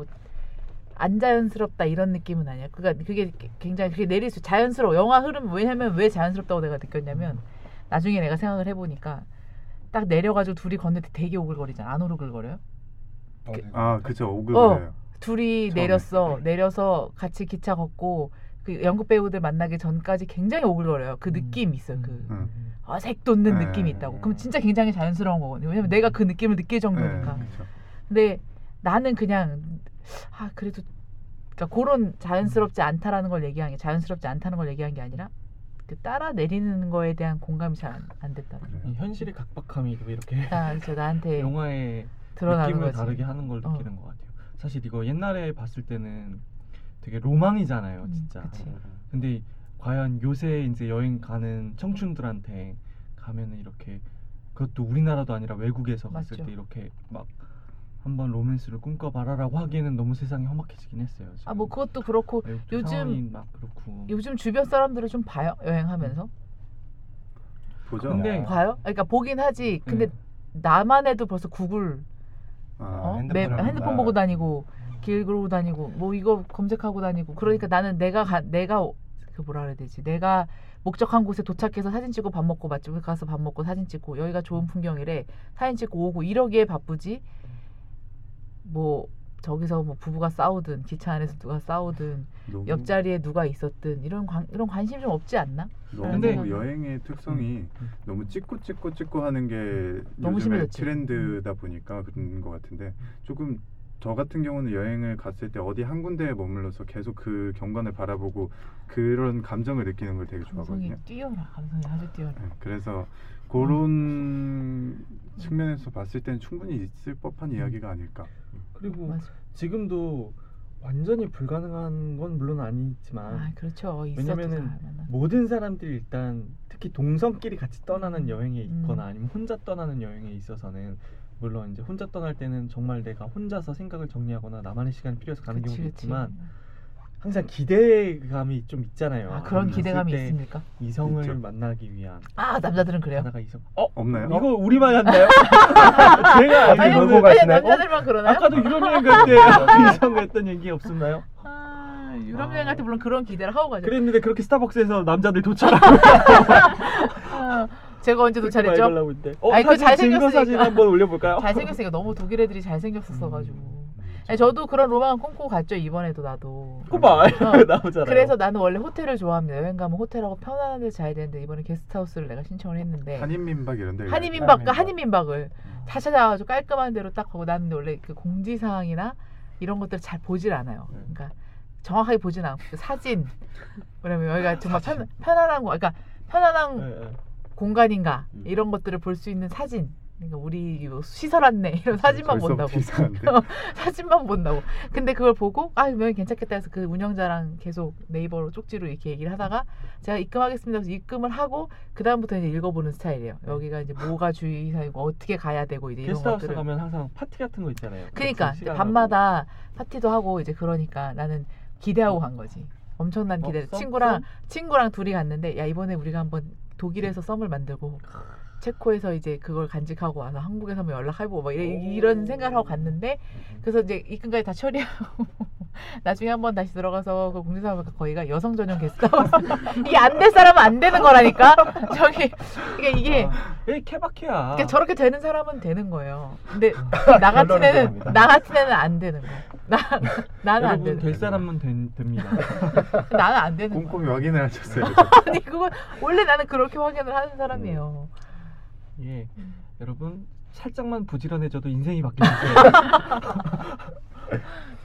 Speaker 4: 뭐 안 자연스럽다 이런 느낌은 아니야. 그러니까 그게 굉장히 그게 내릴 수 자연스러워. 영화 흐름 왜냐면 왜 자연스럽다고 내가 느꼈냐면 나중에 내가 생각을 해보니까 딱 내려가지고 둘이 걷는데 되게 오글거리잖아. 안 오글거려요?
Speaker 1: 어, 네.
Speaker 3: 아 그쵸 오글거려요.
Speaker 4: 둘이
Speaker 3: 처음에.
Speaker 4: 내렸어.
Speaker 2: 네.
Speaker 4: 내려서 같이 기차 걷고 그 연극 배우들 만나기 전까지 굉장히 오글거려요. 그
Speaker 2: 음.
Speaker 4: 느낌 이 있어요. 그
Speaker 2: 음. 음.
Speaker 4: 어색 돋는
Speaker 3: 네.
Speaker 4: 느낌이 있다고. 그럼 진짜 굉장히 자연스러운 거거든요. 왜냐면 내가 그 느낌을 느낄 정도니까.
Speaker 3: 네, 그쵸.
Speaker 4: 근데 나는 그냥 아 그래도 그러니까 그런 자연스럽지 않다라는 걸 얘기한 게 자연스럽지 않다는 걸 얘기한 게 아니라 그 따라 내리는 거에 대한 공감이 잘 안 됐다는 거.
Speaker 2: 이 현실의 각박함이 왜 이렇게
Speaker 4: 아, 그래서
Speaker 2: (laughs)
Speaker 4: 나한테
Speaker 2: 영화의
Speaker 4: 드러나는
Speaker 2: 느낌을
Speaker 4: 거지.
Speaker 2: 다르게 하는 걸
Speaker 4: 어.
Speaker 2: 느끼는 것 같아요. 사실 이거 옛날에 봤을 때는 되게 로망이잖아요,
Speaker 4: 음,
Speaker 2: 진짜. 네.
Speaker 4: 그치.
Speaker 2: 근데 과연 요새 이제 여행 가는 청춘들한테 가면은 이렇게 그것도 우리나라도 아니라 외국에서 갔을
Speaker 4: 맞죠.
Speaker 2: 때 이렇게 막 한번 로맨스를 꿈꿔봐라라고 하기에는 너무 세상이 험악해지긴 했어요. 지금.
Speaker 4: 아 뭐 그것도 그렇고
Speaker 2: 외국도
Speaker 4: 요즘-
Speaker 2: 상황이 막 그렇고
Speaker 4: 요즘 주변 사람들을 좀 봐요 여행하면서
Speaker 3: 보죠.
Speaker 2: 근데
Speaker 4: 봐요? 그러니까 보긴 하지. 근데
Speaker 1: 음.
Speaker 2: 네.
Speaker 4: 나만 해도 벌써 구글
Speaker 3: 아,
Speaker 4: 어?
Speaker 1: 핸드폰을
Speaker 4: 맵,
Speaker 1: 본다.
Speaker 4: 핸드폰 보고 다니고 길 그러고 다니고 뭐 이거 검색하고 다니고 그러니까 나는 내가 가, 내가 오- 그 뭐라 그래야 되지 내가 목적한 곳에 도착해서 사진 찍고 밥 먹고 맛집에 가서 밥 먹고 사진 찍고 여기가
Speaker 1: 음.
Speaker 4: 좋은 풍경이래 사진 찍고 오고 이러기에 바쁘지 뭐 저기서 뭐 부부가 싸우든 기차 안에서 누가 싸우든
Speaker 1: 음.
Speaker 3: 너무,
Speaker 4: 옆자리에 누가 있었든 이런 관, 이런 관심 좀 없지 않나?
Speaker 3: 너무
Speaker 2: 근데-
Speaker 3: 여행의 특성이
Speaker 2: 음.
Speaker 3: 너무 찍고 찍고 찍고 하는 게
Speaker 4: 너무
Speaker 3: 요즘의
Speaker 4: 심해졌지. 음.
Speaker 3: 트렌드다 보니까 그런 것 같은데 조금 저 같은 경우는 여행을 갔을 때 어디 한 군데에 머물러서 계속 그 경관을 바라보고 그런 감정을 느끼는 걸 되게
Speaker 4: 감성이 음.
Speaker 3: 좋아하거든요.
Speaker 4: 뛰어나 감성이 아주 뛰어나.
Speaker 3: 네, 그래서 그런 측면에서 봤을 때는 충분히 있을
Speaker 4: 음.
Speaker 3: 법한 이야기가 아닐까.
Speaker 1: 음.
Speaker 2: 그리고
Speaker 4: 맞아.
Speaker 2: 지금도 완전히 불가능한 건 물론 아니지만
Speaker 4: 아 그렇죠. 있어도
Speaker 2: 왜냐면은
Speaker 4: 잘하나.
Speaker 2: 모든 사람들이 일단 특히 동성끼리 같이 떠나는 여행에
Speaker 4: 음.
Speaker 2: 있거나 아니면 혼자 떠나는 여행에 있어서는 물론 이제 혼자 떠날 때는 정말 내가 혼자서 생각을 정리하거나 나만의 시간이 필요해서 가는
Speaker 4: 그치,
Speaker 2: 경우도
Speaker 4: 그치.
Speaker 2: 있지만 항상 기대감이 좀 있잖아요.
Speaker 4: 아 그런
Speaker 3: 음,
Speaker 4: 기대감이
Speaker 2: 갔을 때
Speaker 4: 있습니까?
Speaker 2: 이성을
Speaker 3: 있죠.
Speaker 2: 만나기 위한
Speaker 4: 아 남자들은 그래요.
Speaker 2: 하나가 이성. 어?
Speaker 3: 없나요?
Speaker 2: 이거
Speaker 1: (laughs)
Speaker 2: 우리만 한다요? 제가
Speaker 1: 어? 아니,
Speaker 2: 알기로는
Speaker 1: 몰고 가시나요?
Speaker 4: 남자들만 그러나요?
Speaker 2: 아까도 유럽 여행
Speaker 1: (laughs)
Speaker 2: 갈때 이성 했던 얘기 없었나요?
Speaker 4: 아, 유럽
Speaker 2: 아.
Speaker 4: 여행 갈 때 물론 그런 기대를 하고 가죠.
Speaker 2: 그랬는데 그렇게 스타벅스에서 남자들 도착하고
Speaker 4: 아, 제가 언제 도착했죠?
Speaker 2: 말걸라고 있대. 어
Speaker 4: 아니, 그
Speaker 2: 사진 증거
Speaker 4: 잘생겼으니까.
Speaker 2: 사진 한번 올려볼까요?
Speaker 4: (laughs) 잘생겼으니까 너무 독일 애들이 잘생겼었어가지고.
Speaker 3: 음,
Speaker 4: 아니, 저도 그런 로망 꿈꾸고 갔죠 이번에도 나도.
Speaker 2: 꼬마
Speaker 4: 어.
Speaker 2: (laughs) 나오잖아요.
Speaker 4: 그래서 나는 원래 호텔을 좋아합니다. 여행 가면 호텔하고 편안한 데 자야 되는데 이번에 게스트하우스를 내가 신청을 했는데
Speaker 3: 한인 민박 이런 데
Speaker 4: 네, 한인
Speaker 3: 가야지.
Speaker 4: 민박 음. 한인 민박을 다 찾아가지고 깔끔한 데로 딱 가고 나는 원래 그 공지 사항이나 이런 것들을 잘 보질 않아요.
Speaker 2: 네.
Speaker 4: 그러니까 정확하게 보진 않고 그 사진 그러면 여기가 정말 편, 편안한 거 그러니까 편안한
Speaker 2: 예, 예.
Speaker 4: 공간인가
Speaker 3: 음.
Speaker 4: 이런 것들을 볼 수 있는 사진 그러니까 우리 뭐 시설 안내 이런 사진만
Speaker 3: 그렇죠. 벌써부터
Speaker 4: 본다고
Speaker 3: 이상한데?
Speaker 4: (laughs) 사진만 본다고 근데 그걸 보고 아 여기 괜찮겠다 해서 그 운영자랑 계속 네이버로 쪽지로 이렇게 얘기를 하다가 제가 입금하겠습니다 해서 입금을 하고 그 다음부터 이제 읽어보는 스타일이에요 여기가 이제 뭐가 주의사이고 어떻게 가야 되고 이제 이런
Speaker 2: 게스트하우스
Speaker 4: 것들을
Speaker 2: 가면 항상 파티 같은 거 있잖아요.
Speaker 4: 그러니까
Speaker 2: 같이
Speaker 4: 이제
Speaker 2: 시간하고.
Speaker 4: 밤마다 파티도 하고 이제 그러니까 나는 기대하고 간 거지. 엄청난
Speaker 2: 어,
Speaker 4: 기대.
Speaker 2: 썸?
Speaker 4: 친구랑 친구랑 둘이 갔는데 야 이번에 우리가 한번 독일에서 썸을 만들고 체코에서 이서 이제 그걸 간직하고 와서 한국에서 한번 연락해보고 막 이래-
Speaker 2: 오.
Speaker 4: 이런 생각을 하고 갔는데 그래서 이제 입금까지 다 처리하고 (laughs) 나중에 한번 다시 들어가서 그 공지사무소 거기가 여성 전용 (laughs) 게스트하우스 이게 안 될 사람은 안 되는 거라니까 저기 그러니까 이게
Speaker 2: 아, 왜 케바케야?
Speaker 4: 그러니까 저렇게 되는 사람은 되는 거예요. 근데 (laughs) 나 같은 애는
Speaker 2: 결론은
Speaker 4: 나 같은 애는 안 되는 거. 나
Speaker 2: (laughs)
Speaker 4: 나는 안
Speaker 2: 여러분
Speaker 4: 되는.
Speaker 2: 될 사람은 된, 됩니다. (laughs)
Speaker 4: 거. 나는 안 되는 거.
Speaker 3: 꼼꼼히 확인을 하셨어요.
Speaker 4: (laughs) 아니 그건 원래 나는 그렇게 확인을 하는 사람이에요.
Speaker 2: 음. 예, 여러분 살짝만 부지런해져도 인생이 바뀔
Speaker 4: (laughs)
Speaker 2: 수 있어요.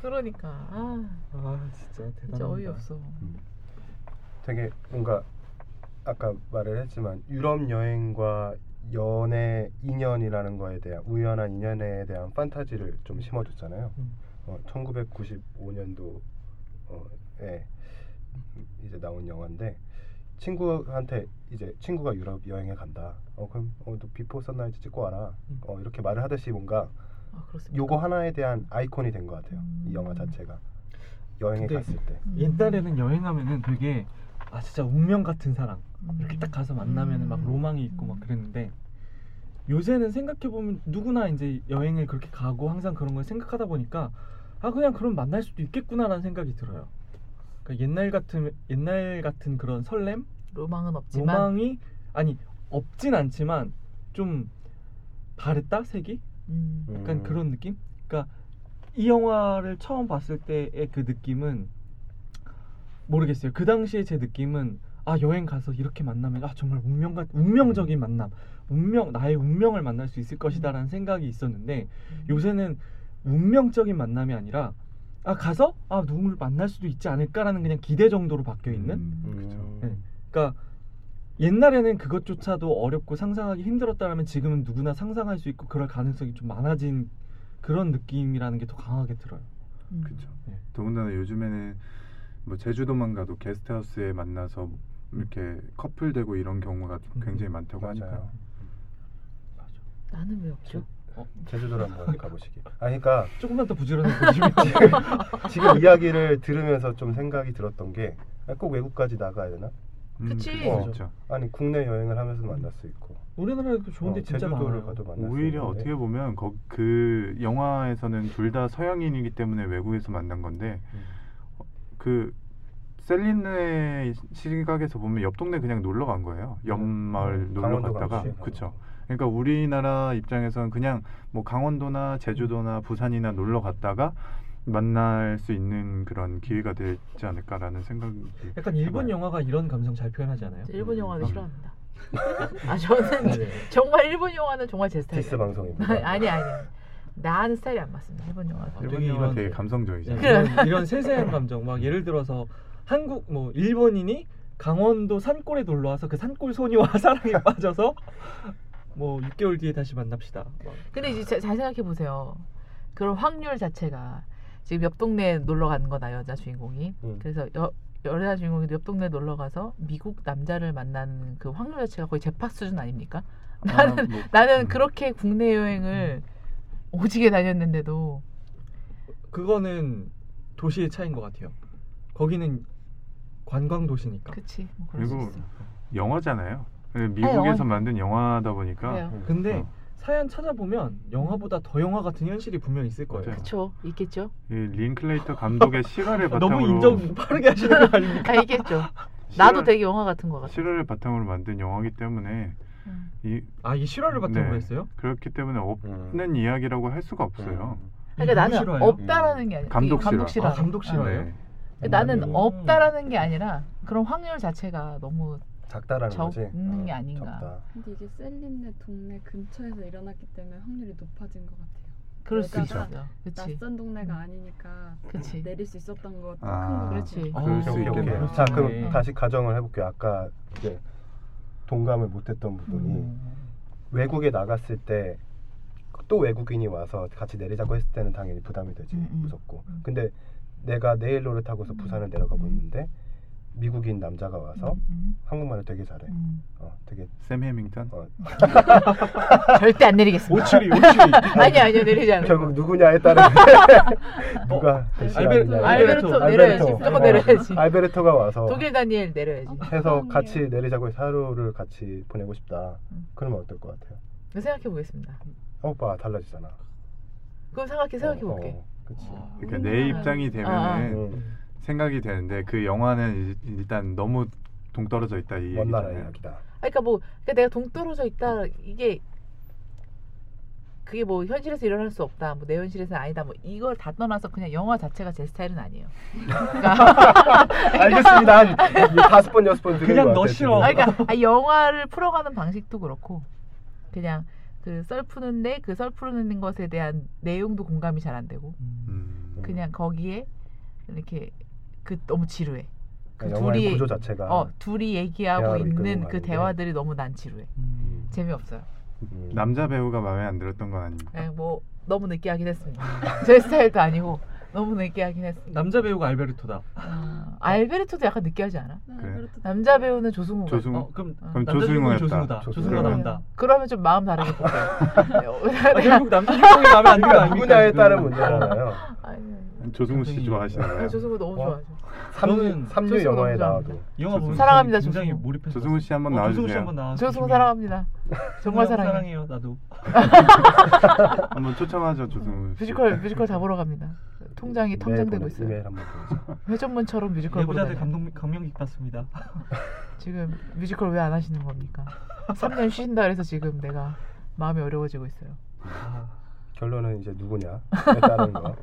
Speaker 4: 그러니까 아
Speaker 2: 아 진짜
Speaker 4: 진짜
Speaker 2: 대단합니다.
Speaker 4: 어이없어.
Speaker 1: 되게 뭔가 아까 말을 했지만 유럽 여행과 연애 인연이라는 거에 대한 우연한 인연에 대한 판타지를 좀 심어줬잖아요.
Speaker 2: 음.
Speaker 1: 어, 1995년도 어에 이제 나온 영화인데 친구한테 이제 친구가 유럽 여행에 간다. 어 그럼 어, 너 비포 선라이즈 찍고 와라.
Speaker 2: 음.
Speaker 1: 어 이렇게 말을 하듯이 뭔가
Speaker 4: 아 그렇습니다.
Speaker 1: 요거 하나에 대한 아이콘이 된 것 같아요. 이 영화
Speaker 4: 음.
Speaker 1: 자체가 여행에
Speaker 2: 근데
Speaker 1: 갔을 때.
Speaker 4: 음.
Speaker 2: 옛날에는 여행하면은 되게 아 진짜 운명 같은 사람
Speaker 4: 음.
Speaker 2: 이렇게 딱 가서 만나면은 막
Speaker 4: 음.
Speaker 2: 로망이 있고 막 그랬는데 요새는 생각해 보면 누구나 이제 여행을 그렇게 가고 항상 그런 걸 생각하다 보니까 아 그냥 그럼 만날 수도 있겠구나라는 생각이 들어요. 그러니까 옛날 같은 옛날 같은 그런 설렘
Speaker 4: 로망은 없지만
Speaker 2: 로망이 아니 없진 않지만 좀 다르다 색이
Speaker 4: 음.
Speaker 2: 약간
Speaker 1: 음.
Speaker 2: 그런 느낌? 그러니까 이 영화를 처음 봤을 때의 그 느낌은 모르겠어요. 그 당시에 제 느낌은 아 여행 가서 이렇게 만나면 아 정말 운명 같 운명적인 만남, 운명 나의 운명을 만날 수 있을 것이다라는 생각이 있었는데
Speaker 4: 음.
Speaker 2: 요새는 운명적인 만남이 아니라 아 가서 아 누군가를 만날 수도 있지 않을까라는 그냥 기대 정도로 바뀌어 있는
Speaker 4: 음.
Speaker 3: 그렇죠.
Speaker 2: 네. 그러니까 옛날에는 그것조차도 어렵고 상상하기 힘들었다면 지금은 누구나 상상할 수 있고 그럴 가능성이 좀 많아진 그런 느낌이라는 게 더 강하게 들어요.
Speaker 4: 음.
Speaker 3: 그렇죠.
Speaker 2: 네.
Speaker 3: 더군다나 요즘에는 뭐 제주도만 가도 게스트하우스에 만나서 이렇게 커플 되고 이런 경우가
Speaker 2: 음.
Speaker 3: 굉장히 많다고 하니까.
Speaker 1: 맞아요.
Speaker 4: 나는 왜 없죠?
Speaker 1: 제주도를 한번 가보시기. 아 그러니까
Speaker 2: 조금만 더 부지런해
Speaker 1: (laughs)
Speaker 2: 보시면
Speaker 1: 지금 이야기를 들으면서 좀 생각이 들었던 게 꼭 외국까지 아, 나가야 되나?
Speaker 3: 음,
Speaker 4: 그치.
Speaker 3: 그럴 수 있죠.
Speaker 1: 아니 국내 여행을 하면서 만날 수 있고
Speaker 2: 우리나라에도 좋은데
Speaker 1: 어,
Speaker 2: 진짜
Speaker 1: 제주도를
Speaker 2: 많아요.
Speaker 1: 가도 만날 수
Speaker 3: 오히려
Speaker 1: 있는데.
Speaker 3: 어떻게 보면 거, 그 영화에서는 둘 다 서양인이기 때문에 외국에서 만난 건데
Speaker 2: 음.
Speaker 3: 그 셀린의 시각에서 보면 옆 동네 그냥 놀러 간 거예요. 옆 마을 놀러
Speaker 1: 음. 강원도
Speaker 3: 갔다가
Speaker 1: 가듯이.
Speaker 3: 그쵸. 그러니까 우리나라 입장에서는 그냥 뭐 강원도나 제주도나 부산이나 놀러 갔다가 만날 수 있는 그런 기회가 되지 않을까라는 생각이
Speaker 2: 약간 일본
Speaker 3: 해봐요.
Speaker 2: 영화가 이런 감성 잘 표현하지 않아요? 네.
Speaker 4: 저 일본 영화는
Speaker 3: 음.
Speaker 4: 싫어합니다.
Speaker 2: (laughs)
Speaker 4: 아 저는
Speaker 1: 네.
Speaker 4: 정말 일본 영화는 정말 제 스타일.
Speaker 1: 디스 방송입니다.
Speaker 4: 네. (laughs) 아니 아니. 나는 스타일이 안 맞습니다. 일본 영화.
Speaker 2: 아,
Speaker 3: 일본
Speaker 2: 되게
Speaker 3: 영화
Speaker 2: 이런-
Speaker 3: 되게
Speaker 2: 네,
Speaker 3: 감성적이잖아요.
Speaker 2: 이런, 이런 세세한 감정 막 예를 들어서 한국 뭐 일본인이 강원도 산골에 놀러 와서 그 산골 소녀와 (laughs) 사랑에 빠져서 뭐 6개월 뒤에 다시 만납시다. 막.
Speaker 4: 근데 이제 자- 잘 생각해 보세요. 그런 확률 자체가 지금 옆 동네에 놀러 가는 거다 여자 주인공이.
Speaker 1: 음.
Speaker 4: 그래서 여, 여자 주인공이 옆 동네 놀러 가서 미국 남자를 만나는 그 확률 자체가 거의 재팍 수준 아닙니까? 나는-
Speaker 3: 뭐-
Speaker 4: 나는
Speaker 3: 음.
Speaker 4: 그렇게 국내 여행을 오지게 다녔는데도
Speaker 2: 그거는 도시의 차이인 것 같아요. 거기는 관광 도시니까.
Speaker 4: 그치 뭐 그럴 수
Speaker 3: 그리고
Speaker 4: 있어.
Speaker 3: 영화잖아요. 그 미국에서 만든 영화다 보니까
Speaker 4: 그래요.
Speaker 2: 근데
Speaker 3: 어.
Speaker 2: 사연 찾아보면 영화보다 더 영화 같은 현실이 분명 있을 거예요.
Speaker 3: 맞아요.
Speaker 4: 그쵸 있겠죠.
Speaker 3: 이 링클레이터 감독의 실화를
Speaker 2: 아, (laughs)
Speaker 3: 바탕으로
Speaker 2: 너무 인정 빠르게 하시는 거
Speaker 4: (laughs)
Speaker 2: 아닙니까?
Speaker 4: 아 있겠죠. 나도
Speaker 3: 실화-
Speaker 4: 되게 영화 같은 거 같아.
Speaker 3: 실화를 바탕으로 만든 영화이기 때문에
Speaker 4: 음.
Speaker 3: 이
Speaker 2: 아, 이 실화를 바탕으로
Speaker 3: 네.
Speaker 2: 했어요?
Speaker 3: 그렇기 때문에
Speaker 1: 음.
Speaker 3: 없는 이야기라고 할 수가 없어요.
Speaker 1: 음.
Speaker 4: 그러니까 나는
Speaker 2: 실화예요?
Speaker 4: 없다라는 게 아니라
Speaker 3: 감독
Speaker 4: 감독
Speaker 3: 실화.
Speaker 4: 실화.
Speaker 2: 아, 감독
Speaker 4: 음.
Speaker 2: 실화. 실화예요?
Speaker 3: 네.
Speaker 4: 나는
Speaker 1: 음.
Speaker 4: 없다라는 게 아니라 그런 확률 자체가 너무
Speaker 1: 작다라는 거지.
Speaker 4: 적는 게
Speaker 1: 어,
Speaker 4: 아닌가.
Speaker 1: 적다.
Speaker 5: 근데 이게 셀린네 동네 근처에서 일어났기 때문에 확률이 높아진 것 같아요.
Speaker 4: 그럴 수
Speaker 5: 그러니까
Speaker 4: 있어. 그치
Speaker 5: 낯선 동네가 아니니까
Speaker 4: 그치.
Speaker 5: 내릴 수 있었던 것도
Speaker 3: 아,
Speaker 5: 큰거
Speaker 4: 그렇지.
Speaker 3: 그럴 수
Speaker 2: 어,
Speaker 1: 오케이, 오케이.
Speaker 3: 있겠네요.
Speaker 2: 그렇지.
Speaker 1: 자, 그럼
Speaker 2: 네.
Speaker 1: 다시 가정을 해볼게요. 아까 이제 동감을 못했던 부분이
Speaker 4: 음.
Speaker 1: 외국에 나갔을 때 또 외국인이 와서 같이 내리자고 했을 때는 당연히 부담이 되지
Speaker 4: 음, 음.
Speaker 1: 무섭고.
Speaker 4: 음.
Speaker 1: 근데 내가 내일로를 타고서 부산을 내려가고
Speaker 4: 음.
Speaker 1: 있는데 미국인 남자가 와서
Speaker 4: 음,
Speaker 1: 한국말을 되게 잘해.
Speaker 4: 음.
Speaker 1: 어, 되게
Speaker 3: 샘 해밍턴.
Speaker 1: 어,
Speaker 4: 절대 안 내리겠습니다.
Speaker 2: 오추리 오추리.
Speaker 4: (laughs) 아니 아니요 내리지 않아.
Speaker 1: 결국 누구냐에 따라
Speaker 4: (laughs)
Speaker 1: (laughs) 누가
Speaker 2: 알베르-
Speaker 1: 대신하느냐.
Speaker 4: 어, 아, 알베르토,
Speaker 2: 알베르토.
Speaker 4: 내려야지.
Speaker 1: 알베르토.
Speaker 4: 무조건
Speaker 1: 어.
Speaker 4: 내려야지.
Speaker 1: 알베르토가 와서
Speaker 4: 독일 다니엘 내려야지.
Speaker 5: 어.
Speaker 1: 해서
Speaker 5: 그러네요.
Speaker 1: 같이 내리자고 해서 하루를 같이 보내고 싶다.
Speaker 4: 음.
Speaker 1: 그러면 어떨 것 같아요?
Speaker 4: 생각해 보겠습니다.
Speaker 1: 어, 오빠 달라지잖아.
Speaker 4: 그럼 생각해 생각해 볼게.
Speaker 1: 어, 그치.
Speaker 2: 아.
Speaker 3: 그러니까 내
Speaker 5: 음.
Speaker 3: 입장이 되면은
Speaker 1: 음,
Speaker 3: 생각이 되는데 그 영화는 이- 일단 너무 동떨어져 있다 이
Speaker 1: 먼 나라
Speaker 3: 얘기잖아요.
Speaker 1: 이야기다.
Speaker 4: 그러니까 뭐 그러니까 내가 동떨어져 있다 이게 그게 뭐 현실에서 일어날 수 없다 뭐 내 현실에서는 아니다 뭐 이걸 다 떠나서 그냥 영화 자체가 제 스타일은 아니에요.
Speaker 1: (laughs) 알겠습니다. 한 다섯 번 여섯 번 들은
Speaker 2: 그냥
Speaker 1: 것
Speaker 2: 너
Speaker 1: 같아요, 지금.
Speaker 2: 싫어.
Speaker 4: 아, 그러니까
Speaker 1: (laughs)
Speaker 4: 아, 영화를 풀어가는 방식도 그렇고 그냥 그 썰푸는데 그 썰푸는 것에 대한 내용도 공감이 잘 안 되고
Speaker 3: 음.
Speaker 4: 그냥 거기에 이렇게 그 너무 지루해. 그
Speaker 1: 그러니까 영화의
Speaker 4: 둘이
Speaker 1: 구조 자체가
Speaker 4: 어 둘이 얘기하고
Speaker 1: 대화로 이끌고
Speaker 4: 있는 그
Speaker 1: 가는데.
Speaker 4: 대화들이 너무 난 지루해.
Speaker 2: 음.
Speaker 4: 재미없어요.
Speaker 1: 음.
Speaker 3: 남자 배우가 마음에 안 들었던 건 아닙니까?
Speaker 4: 그냥 뭐 너무 느끼하긴 했습니다. (laughs) 제 스타일도 아니고 너무 느끼하긴 했어.
Speaker 2: 남자 배우가 알베르토다.
Speaker 4: 아, 알베르토도 약간 느끼하지 않아?
Speaker 3: 그래.
Speaker 4: 남자 배우는 조승우. 같아.
Speaker 3: 음. 조승우.
Speaker 2: 어, 그럼
Speaker 4: 어.
Speaker 3: 그럼
Speaker 2: 남자 주인공은
Speaker 3: 조승우였다.
Speaker 2: 조승우다. 조승우가
Speaker 1: 조승우.
Speaker 2: 나온다.
Speaker 4: 그러면 좀 마음
Speaker 2: (laughs)
Speaker 4: 다르게
Speaker 2: 아,
Speaker 4: 볼게요.
Speaker 2: 결국 남자 주인공이 마음에 안 들어
Speaker 1: 그러니까 누구냐에
Speaker 2: 아닙니까?
Speaker 1: 따른 문제잖아요.
Speaker 4: (laughs) 아니,
Speaker 3: 조승우 씨
Speaker 2: 굉장히-
Speaker 3: 좋아하시나요?
Speaker 4: 아니, 조승우 너무
Speaker 1: 어?
Speaker 4: 좋아하죠.
Speaker 1: 삼류
Speaker 2: 저는
Speaker 1: 삼류
Speaker 4: 조승우
Speaker 1: 영화에
Speaker 4: 감사합니다.
Speaker 1: 나와도
Speaker 2: 이 영화 보면서
Speaker 4: 사랑합니다,
Speaker 2: 음. 굉장히
Speaker 4: 조승우.
Speaker 2: 몰입해서
Speaker 3: 조승우 씨 한번
Speaker 2: 어, 조승우 씨
Speaker 3: 나와주세요.
Speaker 2: 한번 나와.
Speaker 4: 조승우 사랑합니다. 정말 사랑해.
Speaker 2: 사랑해요. 나도.
Speaker 3: 한번 초청하죠 조승우 씨.
Speaker 4: 뮤지컬 뮤지컬 잡으러 갑니다. 통장이
Speaker 1: 매일
Speaker 4: 텅장되고
Speaker 1: 보는
Speaker 4: 있어요.
Speaker 1: 네, 이메일 한번
Speaker 4: (laughs)
Speaker 1: 보자.
Speaker 4: 회전문처럼
Speaker 2: 그러니까
Speaker 4: 뮤지컬 보러
Speaker 2: 내부자들
Speaker 4: 다녀요.
Speaker 2: 감동 감명 깊었습니다.
Speaker 4: 지금 뮤지컬 왜 안 하시는 겁니까? 3년 쉬신다 그래서 지금 내가 마음이 어려워지고 있어요.
Speaker 2: 아,
Speaker 1: 결론은 이제 누구냐에 따른
Speaker 4: (laughs)
Speaker 1: 거.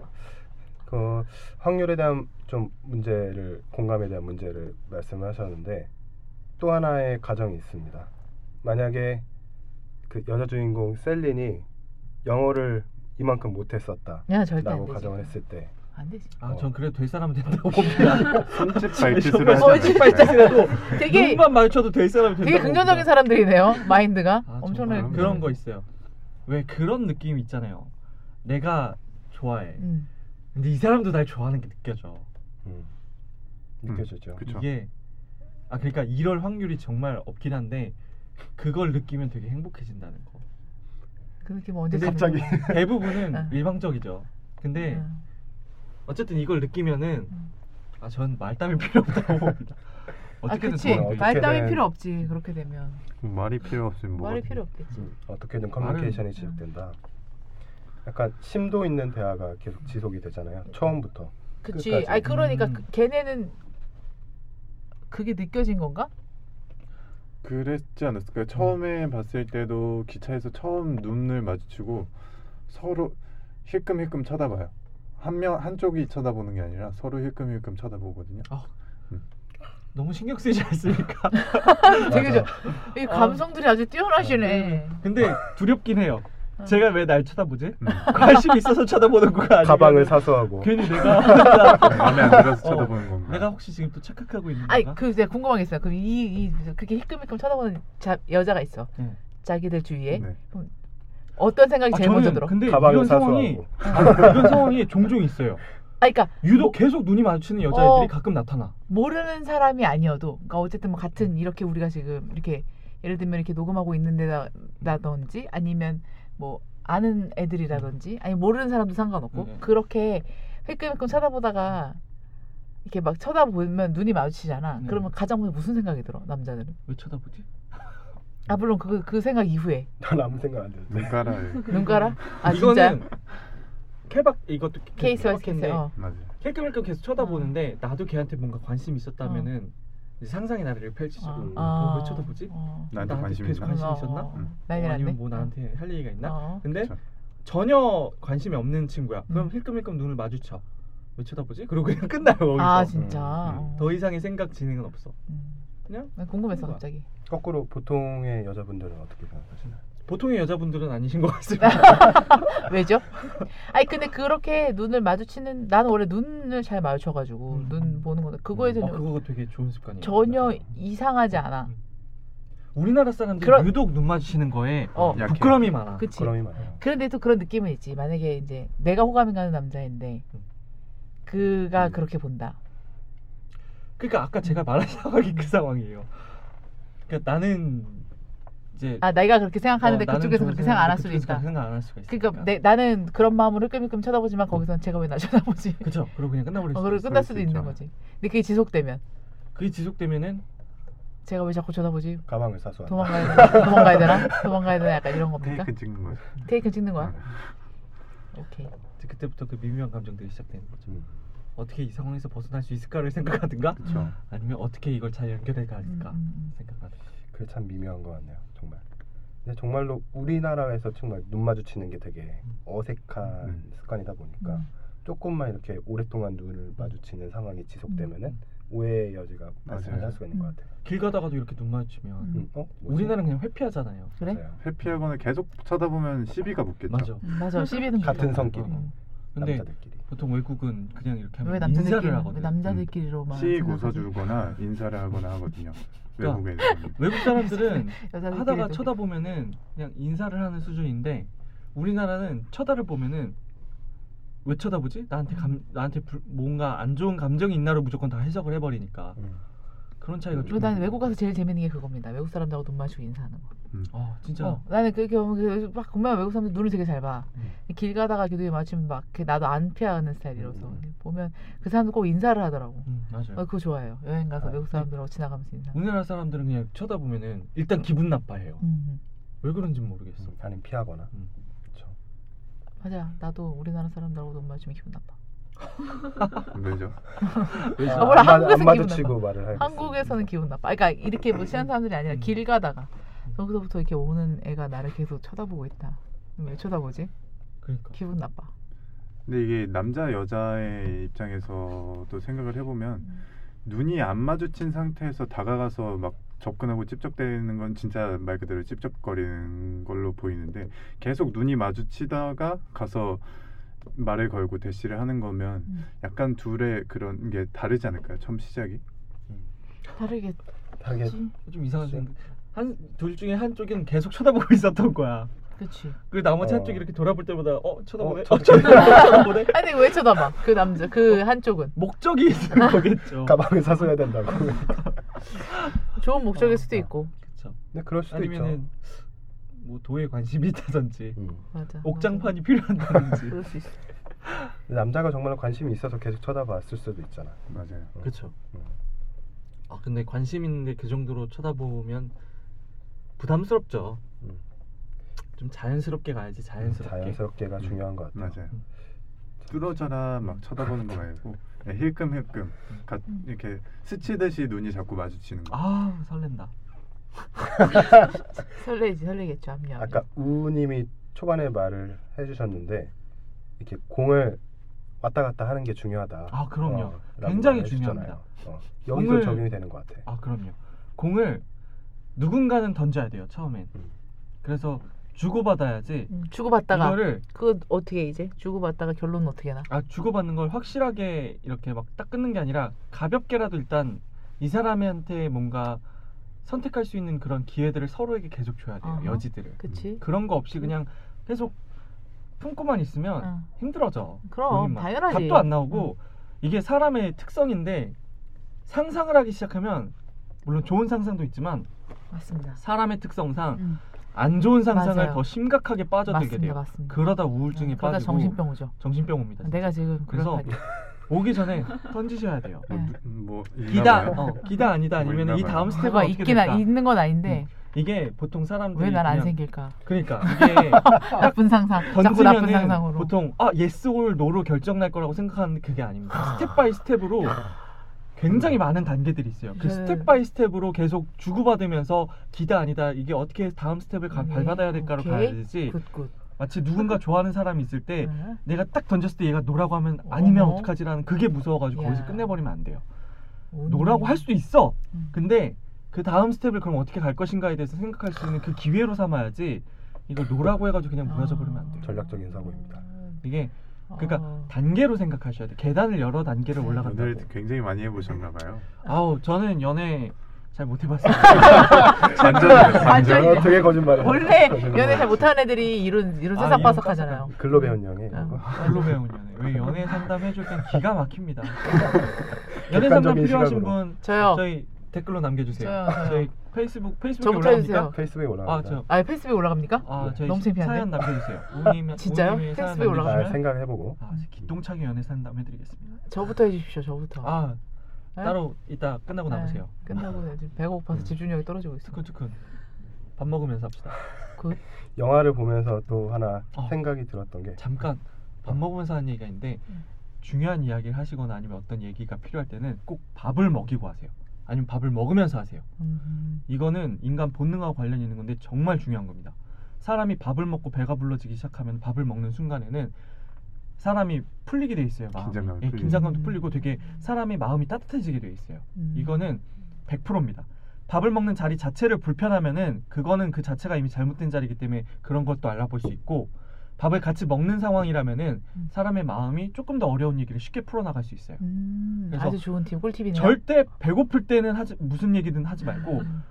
Speaker 1: 그 확률에 대한 좀 문제를 공감에 대한 문제를 말씀을 하셨는데 또 하나의 가정이 있습니다. 만약에 그 여자 주인공 셀린이 영어를 이만큼 못했었다.
Speaker 4: 야 절대 안
Speaker 1: 라고
Speaker 4: 되지.
Speaker 1: 가정을 했을 때
Speaker 4: 안 되지.
Speaker 2: 아, 전 그래도 될 사람은 된다고 봅니다.
Speaker 3: 손짓
Speaker 2: (laughs) 손짓
Speaker 3: 발짓을 하지 않을까요? 네.
Speaker 2: 발짓이라도
Speaker 4: 되게
Speaker 2: 네. 눈만 마주쳐도 될 사람이 된다고
Speaker 4: 되게 긍정적인 사람들이네요. 마인드가
Speaker 2: 아,
Speaker 4: 엄청나게
Speaker 2: 정말
Speaker 3: 긍정적인
Speaker 2: 그런 거 있어요. 왜 그런 느낌 있잖아요. 내가 좋아해.
Speaker 4: 음.
Speaker 2: 근데 이 사람도 날 좋아하는 게 느껴져.
Speaker 1: 음,
Speaker 2: 음.
Speaker 1: 느껴지죠.
Speaker 3: 그쵸.
Speaker 2: 이게 아 그러니까 이럴 확률이 정말 없긴 한데 그걸 느끼면 되게 (laughs) 행복해진다는 거.
Speaker 4: 그 느낌 언제
Speaker 2: 근데
Speaker 4: 잡는 음. 거야?
Speaker 2: (laughs)
Speaker 4: 응.
Speaker 2: 대부분은 일방적이죠. 근데
Speaker 4: 응.
Speaker 2: 어쨌든 이걸 느끼면은
Speaker 4: 음. (laughs)
Speaker 2: 아 전 말담이 필요 없다고 봅니다.
Speaker 4: 아
Speaker 6: 어떻게든
Speaker 4: 그치
Speaker 1: 어떻게든-
Speaker 4: 말 따위 필요 없지 그렇게 되면
Speaker 3: 말이 필요 없으면 뭐
Speaker 4: 말이 필요 없겠지
Speaker 1: 음, 어떻게든 커뮤니케이션이 지속된다. 약간 심도 있는 대화가 계속 지속이 되잖아요. 처음부터.
Speaker 4: 그치
Speaker 1: 끝까지.
Speaker 4: 아니 그러니까 그-
Speaker 6: 음.
Speaker 4: 걔네는 그게 느껴진 건가?
Speaker 3: 그랬지 않았을까요? 처음에 봤을 때도 기차에서 처음 눈을 마주치고 서로 힐끔힐끔 쳐다봐요. 한 명 한쪽이 쳐다보는 게 아니라 서로 힐끔힐끔 쳐다보거든요.
Speaker 6: 너무 신경 쓰이지
Speaker 4: (laughs)
Speaker 6: 않습니까?
Speaker 4: 되게
Speaker 1: 맞아.
Speaker 4: 이
Speaker 2: 아.
Speaker 4: 감성들이 아주 뛰어나시네
Speaker 2: 근데 두렵긴 해요.
Speaker 4: 어.
Speaker 2: 제가 왜 날 쳐다보지?
Speaker 3: 음.
Speaker 2: 관심 있어서 쳐다보는 거야. 아니면 그
Speaker 1: 가방을 사수하고.
Speaker 2: 괜히 내가
Speaker 3: 마음에 안 들어서
Speaker 2: 어.
Speaker 3: 쳐다보는
Speaker 2: (laughs)
Speaker 3: 건가?
Speaker 2: 내가 혹시 지금 또 착각하고 있는 건가?
Speaker 4: 아니 그 제가 궁금한 게 있어요 그럼 이, 이 그렇게 힐끔힐끔 쳐다보는 자, 여자가 있어
Speaker 2: 네.
Speaker 4: 자기들 주위에
Speaker 2: 뭐
Speaker 3: 네.
Speaker 4: 어떤 생각이
Speaker 2: 아,
Speaker 4: 제일 먼저 들어?
Speaker 2: 근데
Speaker 1: 가방을
Speaker 2: 이런 상황이 아,
Speaker 1: 사수하고.
Speaker 2: 이런 상황이 종종 있어요.
Speaker 4: 아 그러니까
Speaker 2: 유독 계속 눈이 마주치는 여자애들이
Speaker 4: 어.
Speaker 2: 가끔 나타나.
Speaker 4: 모르는 사람이 아니어도 그러니까 어쨌든 뭐 같은 이렇게 우리가 지금 이렇게 예를 들면 이렇게 녹음하고 있는데다든지 아니면 뭐 아는 애들이라든지 아니 모르는 사람도 상관없고
Speaker 2: 네.
Speaker 4: 그렇게 힐끔힐끔 쳐다보다가 이렇게 막 쳐다보면 눈이 마주치잖아.
Speaker 2: 네.
Speaker 4: 그러면 가장 먼저 무슨 생각이 들어 남자들은?
Speaker 2: 왜 쳐다보지?
Speaker 4: 아 물론 그 그 생각 이후에
Speaker 1: 난 아무 생각 안
Speaker 2: 네.
Speaker 1: 들었는데.
Speaker 2: (laughs)
Speaker 3: 눈가라에
Speaker 4: 눈가라? 아 진짜
Speaker 2: 음. 이거는 케박 이것도
Speaker 4: 케이스 와이스 케이스.
Speaker 2: 케바케인데
Speaker 4: 어.
Speaker 3: 맞아요.
Speaker 2: 힐끔힐끔 계속
Speaker 4: 음.
Speaker 2: 쳐다보는데 나도 걔한테 뭔가 관심이 있었다면은 이제 상상의 나래를 펼치죠.
Speaker 4: 어,
Speaker 1: 음.
Speaker 4: 어,
Speaker 2: 뭐 왜 쳐다보지?
Speaker 4: 어.
Speaker 3: 나한테
Speaker 2: 나한테
Speaker 3: 관심
Speaker 2: 계속
Speaker 3: 있나?
Speaker 2: 관심 있었나?
Speaker 4: 어, 어,
Speaker 3: 음.
Speaker 4: 난리
Speaker 2: 어,
Speaker 4: 났네.
Speaker 2: 아니면 뭐 나한테 할 얘기가 있나?
Speaker 4: 어.
Speaker 2: 근데
Speaker 3: 그쵸.
Speaker 2: 전혀 관심이 없는 친구야. 그럼
Speaker 4: 음.
Speaker 2: 힐끔힐끔 눈을 마주쳐. 왜 쳐다보지? 그리고 그냥 (laughs) 끝나요. 거기서.
Speaker 4: 아 진짜.
Speaker 3: 음,
Speaker 4: 어.
Speaker 2: 더 이상의 생각 진행은 없어.
Speaker 4: 음.
Speaker 2: 그냥
Speaker 4: 난 궁금했어 갑자기.
Speaker 1: 거꾸로 보통의 여자분들은 어떻게 생각하시나요?
Speaker 2: 보통의 여자분들은 아니신 것 같습니다.
Speaker 4: 왜죠? (laughs) 아니 근데 그렇게 눈을 마주치는 나는 원래 눈을 잘 마주쳐가지고
Speaker 2: 음.
Speaker 4: 눈 보는 거는 그거에
Speaker 2: 어,
Speaker 4: 전혀
Speaker 2: 그거 되게 좋은 습관이에요.
Speaker 4: 전혀 이상하지 않아.
Speaker 2: 우리나라 사람들이
Speaker 4: 그런-
Speaker 2: 유독 눈 마주치는 거에
Speaker 4: 어,
Speaker 3: 약해요.
Speaker 2: 부끄러움이 많아.
Speaker 4: 그치.
Speaker 1: 그럼이 많아요.
Speaker 4: 그런데 또 그런 느낌은 있지. 만약에 이제 내가 호감이 가는 남자인데
Speaker 2: 음.
Speaker 4: 그가
Speaker 1: 음.
Speaker 4: 그렇게 본다.
Speaker 2: 그러니까 아까
Speaker 4: 음.
Speaker 2: 제가 말한 상황이 그 상황이에요. 그러니까 나는 이제
Speaker 4: 아 내가 그렇게 생각하는데
Speaker 2: 어, 나는
Speaker 4: 그쪽에서
Speaker 2: 좋은
Speaker 4: 그렇게 생각 안 할 수도
Speaker 2: 그쪽에서
Speaker 4: 있다.
Speaker 2: 생각 안 할 수가 있어.
Speaker 4: 그러니까 내, 나는 그런 마음으로 끔끔 쳐다보지만 거기선 제가 왜 나 (laughs) 쳐다보지?
Speaker 2: 그쵸. 그리고 그냥 끝나버릴
Speaker 4: 어,
Speaker 2: 수도
Speaker 4: 그리고
Speaker 2: 있어.
Speaker 4: 끝날
Speaker 3: 수
Speaker 4: 수도 있는
Speaker 3: 있죠.
Speaker 4: 거지. 근데 그게 지속되면
Speaker 2: 그게 지속되면은
Speaker 4: 제가 왜 자꾸 쳐다보지?
Speaker 1: 가방을 사수한다.
Speaker 4: 도망가야 되나? 도망가야 되나? 도망가야 되나? 약간 이런 겁니까?
Speaker 3: 테이크 찍는 거죠.
Speaker 2: 그-
Speaker 3: 네.
Speaker 4: 테이크 찍는 거야?
Speaker 2: 네.
Speaker 4: 오케이.
Speaker 2: 이제 그때부터 그 미묘한 감정들이 시작되는 거죠.
Speaker 1: 음.
Speaker 2: 어떻게 이 상황에서 벗어날 수 있을까를 생각하든가,
Speaker 3: 그렇죠.
Speaker 2: 아니면 어떻게 이걸 잘 연결해 갈까
Speaker 4: 음, 음, 음.
Speaker 2: 생각하든가.
Speaker 1: 그게 참 미묘한 것 같네요. 정말. 근데 정말로 우리나라에서 정말 눈 마주치는 게 되게
Speaker 2: 음.
Speaker 1: 어색한
Speaker 3: 음.
Speaker 1: 습관이다 보니까
Speaker 2: 그러니까
Speaker 4: 음.
Speaker 1: 조금만 이렇게 오랫동안 눈을 마주치는 상황이 지속되면은 오해의 여지가 발생할
Speaker 3: 맞아요.
Speaker 1: 수가 있는 것 같아요.
Speaker 2: 길 가다가도 이렇게 눈 마주치면
Speaker 4: 음.
Speaker 1: 음, 어? 뭐지?
Speaker 2: 우리나라는 그냥 회피하잖아요.
Speaker 4: 그래?
Speaker 1: 맞아요.
Speaker 3: 회피하거나 계속 쳐다보면 시비가 붙겠죠.
Speaker 2: 맞아. 그러니까.
Speaker 4: 음, 맞아. 시비는
Speaker 1: 같은
Speaker 4: 무조건.
Speaker 1: 성끼리
Speaker 4: 음.
Speaker 2: 근데
Speaker 1: 남자들끼리.
Speaker 2: 보통 외국은 그냥 이렇게
Speaker 4: 왜
Speaker 2: 하면 그러니까
Speaker 4: 남자들끼리
Speaker 2: 인사를
Speaker 4: 왜
Speaker 2: 뭐 하거든.
Speaker 4: 남자들끼리로만
Speaker 3: 씩
Speaker 4: 생각하지?
Speaker 3: 웃어주거나 인사를 하거나 하거든요.
Speaker 2: (laughs) 그러니까
Speaker 3: 외국에 있는.
Speaker 2: 외국
Speaker 4: (laughs)
Speaker 2: 사람들은
Speaker 4: 여자들끼리도
Speaker 2: 하다가
Speaker 4: 그래.
Speaker 2: 쳐다보면은 그냥 인사를 하는 수준인데 우리나라는 쳐다를 보면은 왜 쳐다보지? 나한테
Speaker 4: 음.
Speaker 2: 감 나한테 불- 뭔가 안 좋은 감정이 있나로 무조건 다 해석을 해버리니까
Speaker 1: 음.
Speaker 2: 그런 차이가
Speaker 4: 그리고
Speaker 2: 좀.
Speaker 4: 어, 난 외국 가서 제일 재밌는 게 그겁니다. 외국 사람들하고 눈 마주치고 인사하는 거.
Speaker 2: 아 진짜.
Speaker 4: 어, 나는 그렇게 보면 그- 막 보면 외국 사람들 눈을 되게 잘 봐.
Speaker 1: 음.
Speaker 4: 길 가다가 이렇게 눈이 마주치면 막 이렇게 나도 안 피하는 스타일이라서
Speaker 1: 음,
Speaker 4: 보면 그 사람들 꼭 인사를 하더라고.
Speaker 2: 음, 그 맞아요.
Speaker 4: 어, 그거 좋아해요. 여행 가서
Speaker 1: 아,
Speaker 4: 외국 사람들하고 지나가면서 인사. 음,
Speaker 2: 우리나라 사람들은 그냥 쳐다보면은 일단 기분 나빠해요.
Speaker 4: 음.
Speaker 2: 왜 그런지 모르겠어.
Speaker 1: 음, 아니면 피하거나.
Speaker 2: 음.
Speaker 1: 그렇죠.
Speaker 4: 맞아. 나도 우리나라 사람들하고 눈 마주치면 기분 나빠.
Speaker 3: 왜죠?
Speaker 1: 아,
Speaker 4: 몰라,
Speaker 1: 안 마-
Speaker 4: 한국에서
Speaker 1: 안
Speaker 4: 기분
Speaker 1: 마주치고 말을 하겠어.
Speaker 4: 한국에서는 기분 나빠. 그러니까 이렇게 뭐 친한 사람들이 아니라
Speaker 2: 음.
Speaker 4: 길 가다가 거기서부터 이렇게 오는 애가 나를 계속 쳐다보고 있다. 왜 쳐다보지?
Speaker 2: 그러니까.
Speaker 4: 기분 나빠.
Speaker 3: 근데 이게 남자 여자의 입장에서도 생각을 해보면
Speaker 4: 음.
Speaker 3: 눈이 안 마주친 상태에서 다가가서 막 접근하고 찝쩍대는 건 진짜 말 그대로 찝쩍거리는 걸로 보이는데 계속 눈이 마주치다가 가서 말을 걸고 대시를 하는 거면
Speaker 4: 음.
Speaker 3: 약간 둘의 그런 게 다르지 않을까요? 처음 시작이?
Speaker 4: 다르게
Speaker 1: 다르게
Speaker 4: 음.
Speaker 2: 좀 이상한
Speaker 4: 네.
Speaker 2: 생각. 한둘 중에 한쪽은 계속 쳐다보고 (laughs) 있었던 거야.
Speaker 4: 그치.
Speaker 2: 그리고 나머지
Speaker 1: 어.
Speaker 2: 한쪽이 이렇게 돌아볼 때마다 어 쳐다보네.
Speaker 1: 어,
Speaker 2: 어, 쳐다보네.
Speaker 4: 아니 근데 왜 쳐다봐? 그 남자 그 한쪽은
Speaker 2: (laughs) 목적이
Speaker 4: (laughs)
Speaker 2: 있는 거겠죠.
Speaker 1: 가방을 사서야 된다고.
Speaker 4: 좋은 목적일
Speaker 2: 어,
Speaker 4: 수도
Speaker 1: 어.
Speaker 4: 있고
Speaker 2: 그쵸.
Speaker 1: 네, 그럴 수도 있죠.
Speaker 2: 아니면은 뭐 도에 관심이 있다든지
Speaker 1: 음.
Speaker 4: 맞아.
Speaker 2: 옥장판이
Speaker 4: 맞아. (laughs)
Speaker 2: 필요한다든지.
Speaker 4: 그럴 수 있어.
Speaker 1: 남자가 정말 관심이 있어서 계속 쳐다봤을 수도 있잖아.
Speaker 3: 맞아요.
Speaker 2: 그렇죠.
Speaker 1: 음.
Speaker 7: 아 근데 관심 있는데 그 정도로 쳐다보면 부담스럽죠.
Speaker 1: 음.
Speaker 7: 좀 자연스럽게
Speaker 2: 음,
Speaker 7: 가야지 자연스럽게.
Speaker 1: 자연스럽게가
Speaker 3: 음.
Speaker 1: 중요한 것 같아요.
Speaker 3: 맞아요. 뚫어져라 막 쳐다보는 거 말고 네, 힐끔힐끔 가-
Speaker 4: 음.
Speaker 3: 이렇게 스치듯이 눈이 자꾸 마주치는 거.
Speaker 2: 아 설렌다.
Speaker 4: 설레지 설레겠죠 합류. 합류.
Speaker 1: 아까 우님이 초반에 말을 해주셨는데 이렇게 공을 왔다 갔다 하는 게 중요하다.
Speaker 2: 아, 그럼요.
Speaker 1: 어, 라고
Speaker 2: 굉장히
Speaker 1: 말을 해주셨잖아요.
Speaker 2: 중요합니다.
Speaker 1: 어, 여기서
Speaker 2: 공을-
Speaker 1: 적용이 되는 것 같아.
Speaker 2: 아 그럼요. 공을 누군가는 던져야 돼요 처음엔.
Speaker 1: 음.
Speaker 2: 그래서 주고 받아야지.
Speaker 4: 음, 주고받다가
Speaker 2: 이거를
Speaker 4: 그거 어떻게 이제 주고받다가 결론은 어떻게 나?
Speaker 2: 아 주고받는 걸 확실하게 이렇게 막 딱 끊는 게 아니라 가볍게라도 일단 이 사람한테 뭔가 선택할 수 있는 그런 기회들을 서로에게 계속 줘야 돼요
Speaker 4: 어허.
Speaker 2: 여지들을
Speaker 4: 그치?
Speaker 2: 그런 거 없이 그냥 계속 품고만 있으면
Speaker 4: 응.
Speaker 2: 힘들어져
Speaker 4: 그럼,
Speaker 2: 음. 본인만.
Speaker 4: 당연하지. 음,
Speaker 2: 답도 안 나오고 이게 사람의 특성인데 상상을 하기 시작하면 물론 좋은 상상도 있지만
Speaker 4: 맞습니다.
Speaker 2: 사람의 특성상
Speaker 4: 응.
Speaker 2: 안 좋은 상상을
Speaker 4: 맞아요.
Speaker 2: 더 심각하게 빠져들게
Speaker 4: 맞습니다.
Speaker 2: 돼요
Speaker 4: 맞습니다.
Speaker 2: 그러다 우울증에
Speaker 4: 응, 그러다
Speaker 2: 빠지고
Speaker 4: 정신병 오죠.
Speaker 2: 정신병 옵니다 진짜.
Speaker 4: 내가 지금
Speaker 2: 그래서
Speaker 4: 그래서
Speaker 2: 오기 전에 던지셔야 돼요.
Speaker 3: (laughs) 뭐,
Speaker 4: 네.
Speaker 3: 누- 뭐 있나
Speaker 2: 기다,
Speaker 3: 봐요.
Speaker 2: 어, 기다 아니다
Speaker 3: 뭐
Speaker 2: 아니면 이
Speaker 3: 있나 봐요.
Speaker 2: 다음 스텝은
Speaker 4: 뭐가
Speaker 2: 어떻게
Speaker 4: 있긴 아,
Speaker 2: 될까?
Speaker 4: 있는 건 아닌데
Speaker 2: 이게 보통 사람들이
Speaker 4: 왜 난 안
Speaker 2: 그냥-
Speaker 4: 생길까?
Speaker 2: 그러니까
Speaker 4: (laughs)
Speaker 2: 이게
Speaker 4: 나쁜 상상. 자꾸 나쁜
Speaker 2: 던지면은
Speaker 4: 상상으로.
Speaker 2: 보통 아 예스 올 노로 결정 날 거라고 생각하는 그게 아닙니다. 스텝 바이 스텝으로 굉장히 많은 단계들이 있어요. 그
Speaker 4: 음. 네.
Speaker 2: 스텝 바이 스텝으로 계속 주고받으면서 기다 아니다 이게 어떻게 다음 스텝을 가-
Speaker 4: 네,
Speaker 2: 밟아야 될까로
Speaker 4: 오케이. 그
Speaker 2: 가야 되지. 네.
Speaker 4: 굿굿. 네.
Speaker 2: 마치 누군가 좋아하는 사람이 있을 때
Speaker 4: 응.
Speaker 2: 내가 딱 던졌을 때 얘가 노라고 하면 아니면
Speaker 4: 음. 어머.
Speaker 2: 어떡하지라는 그게 무서워가지고 거기서
Speaker 4: 야. 음.
Speaker 2: 끝내버리면 안 돼요.
Speaker 4: 오늘.
Speaker 2: 노라고 할 수도 있어.
Speaker 4: 음.
Speaker 2: 근데 그 다음 스텝을 그럼 어떻게 갈 것인가에 대해서 생각할 수 있는 그 기회로 삼아야지 이걸 노라고 해가지고 그냥 무너져 버리면 안 돼요.
Speaker 4: 아.
Speaker 1: 전략적인 사고입니다.
Speaker 2: 이게 그러니까
Speaker 4: 어.
Speaker 2: 단계로 생각하셔야 돼요. 계단을 여러
Speaker 1: 네,
Speaker 2: 단계를 올라간다고.
Speaker 3: 오늘 굉장히 많이 해보셨나
Speaker 2: (laughs)
Speaker 3: 봐요.
Speaker 2: 아우 저는 연애 잘 못 해봤어요. (laughs)
Speaker 3: 반전
Speaker 4: 완전히-
Speaker 3: 반전.
Speaker 1: 어떻게 거짓말을?
Speaker 4: 원래
Speaker 1: 거짓말을
Speaker 4: 연애 잘
Speaker 1: 하지?
Speaker 4: 못하는 애들이 이런 이런
Speaker 2: 아,
Speaker 4: 새싹바삭하잖아요. 네.
Speaker 1: 글로 배운 영이 이런 거.
Speaker 2: 별로 배운 연애. 왜 연애 상담 해줄 땐
Speaker 1: (laughs)
Speaker 2: 기가 막힙니다. 연애 상담
Speaker 1: 객관적인
Speaker 2: 필요하신
Speaker 1: 시각으로.
Speaker 2: 분
Speaker 4: 저요.
Speaker 2: 저희 댓글로 남겨주세요.
Speaker 4: 저요, 저요.
Speaker 2: 저희 페이스북 페이스북에
Speaker 4: 저 붙여주세요.
Speaker 2: 올라갑니까?
Speaker 1: 페이스북에
Speaker 2: 아
Speaker 1: 올라갑니다.
Speaker 2: 저.
Speaker 4: 아 페이스북에 올라갑니까?
Speaker 1: 네.
Speaker 2: 아, 저희
Speaker 4: 너무 창피한데?
Speaker 2: 사연 남겨주세요. 우님,
Speaker 4: 진짜요?
Speaker 2: 우님의 사연
Speaker 4: 페이스북에
Speaker 1: 아,
Speaker 4: 올라가시면?
Speaker 2: 남겨주시면
Speaker 1: 생각해보고
Speaker 2: 아, 이제 기똥차게 연애 상담 해드리겠습니다.
Speaker 4: 저부터 해주십시오. 저부터.
Speaker 2: 아,
Speaker 4: 네?
Speaker 2: 따로 이따 끝나고
Speaker 4: 네,
Speaker 2: 나오세요. 음.
Speaker 4: 끝나고 지금 배가 고파서 집중력이 떨어지고 있어.
Speaker 2: 투근투근. 밥 먹으면서 합시다.
Speaker 4: 굿.
Speaker 1: 영화를 보면서 또 하나
Speaker 2: 어.
Speaker 1: 생각이 들었던 게
Speaker 2: 잠깐
Speaker 3: 어.
Speaker 2: 밥 먹으면서 하는 얘기가 있는데
Speaker 4: 음.
Speaker 2: 중요한 이야기를 하시거나 아니면 어떤 얘기가 필요할 때는 꼭 밥을 먹이고 하세요. 아니면 밥을 먹으면서 하세요.
Speaker 4: 음.
Speaker 2: 이거는 인간 본능하고 관련 이 있는 건데 정말 중요한 겁니다. 사람이 밥을 먹고 배가 불러지기 시작하면 밥을 먹는 순간에는 사람이 풀리게 돼 있어요. 마음이.
Speaker 3: 긴장감이
Speaker 2: 예,
Speaker 3: 풀리죠.
Speaker 2: 긴장감도 풀리고 되게 사람의 마음이 따뜻해지게 돼 있어요.
Speaker 4: 음.
Speaker 2: 이거는 100%입니다. 밥을 먹는 자리 자체를 불편하면은 그거는 그 자체가 이미 잘못된 자리이기 때문에 그런 것도 알아볼 수 있고 밥을 같이 먹는 상황이라면은
Speaker 4: 음.
Speaker 2: 사람의 마음이 조금 더 어려운 얘기를 쉽게 풀어나갈 수 있어요.
Speaker 4: 음,
Speaker 2: 그래서
Speaker 4: 아주 좋은 팁 꿀팁이네요.
Speaker 2: 절대 배고플 때는 하지 무슨 얘기든 하지 말고
Speaker 4: 음.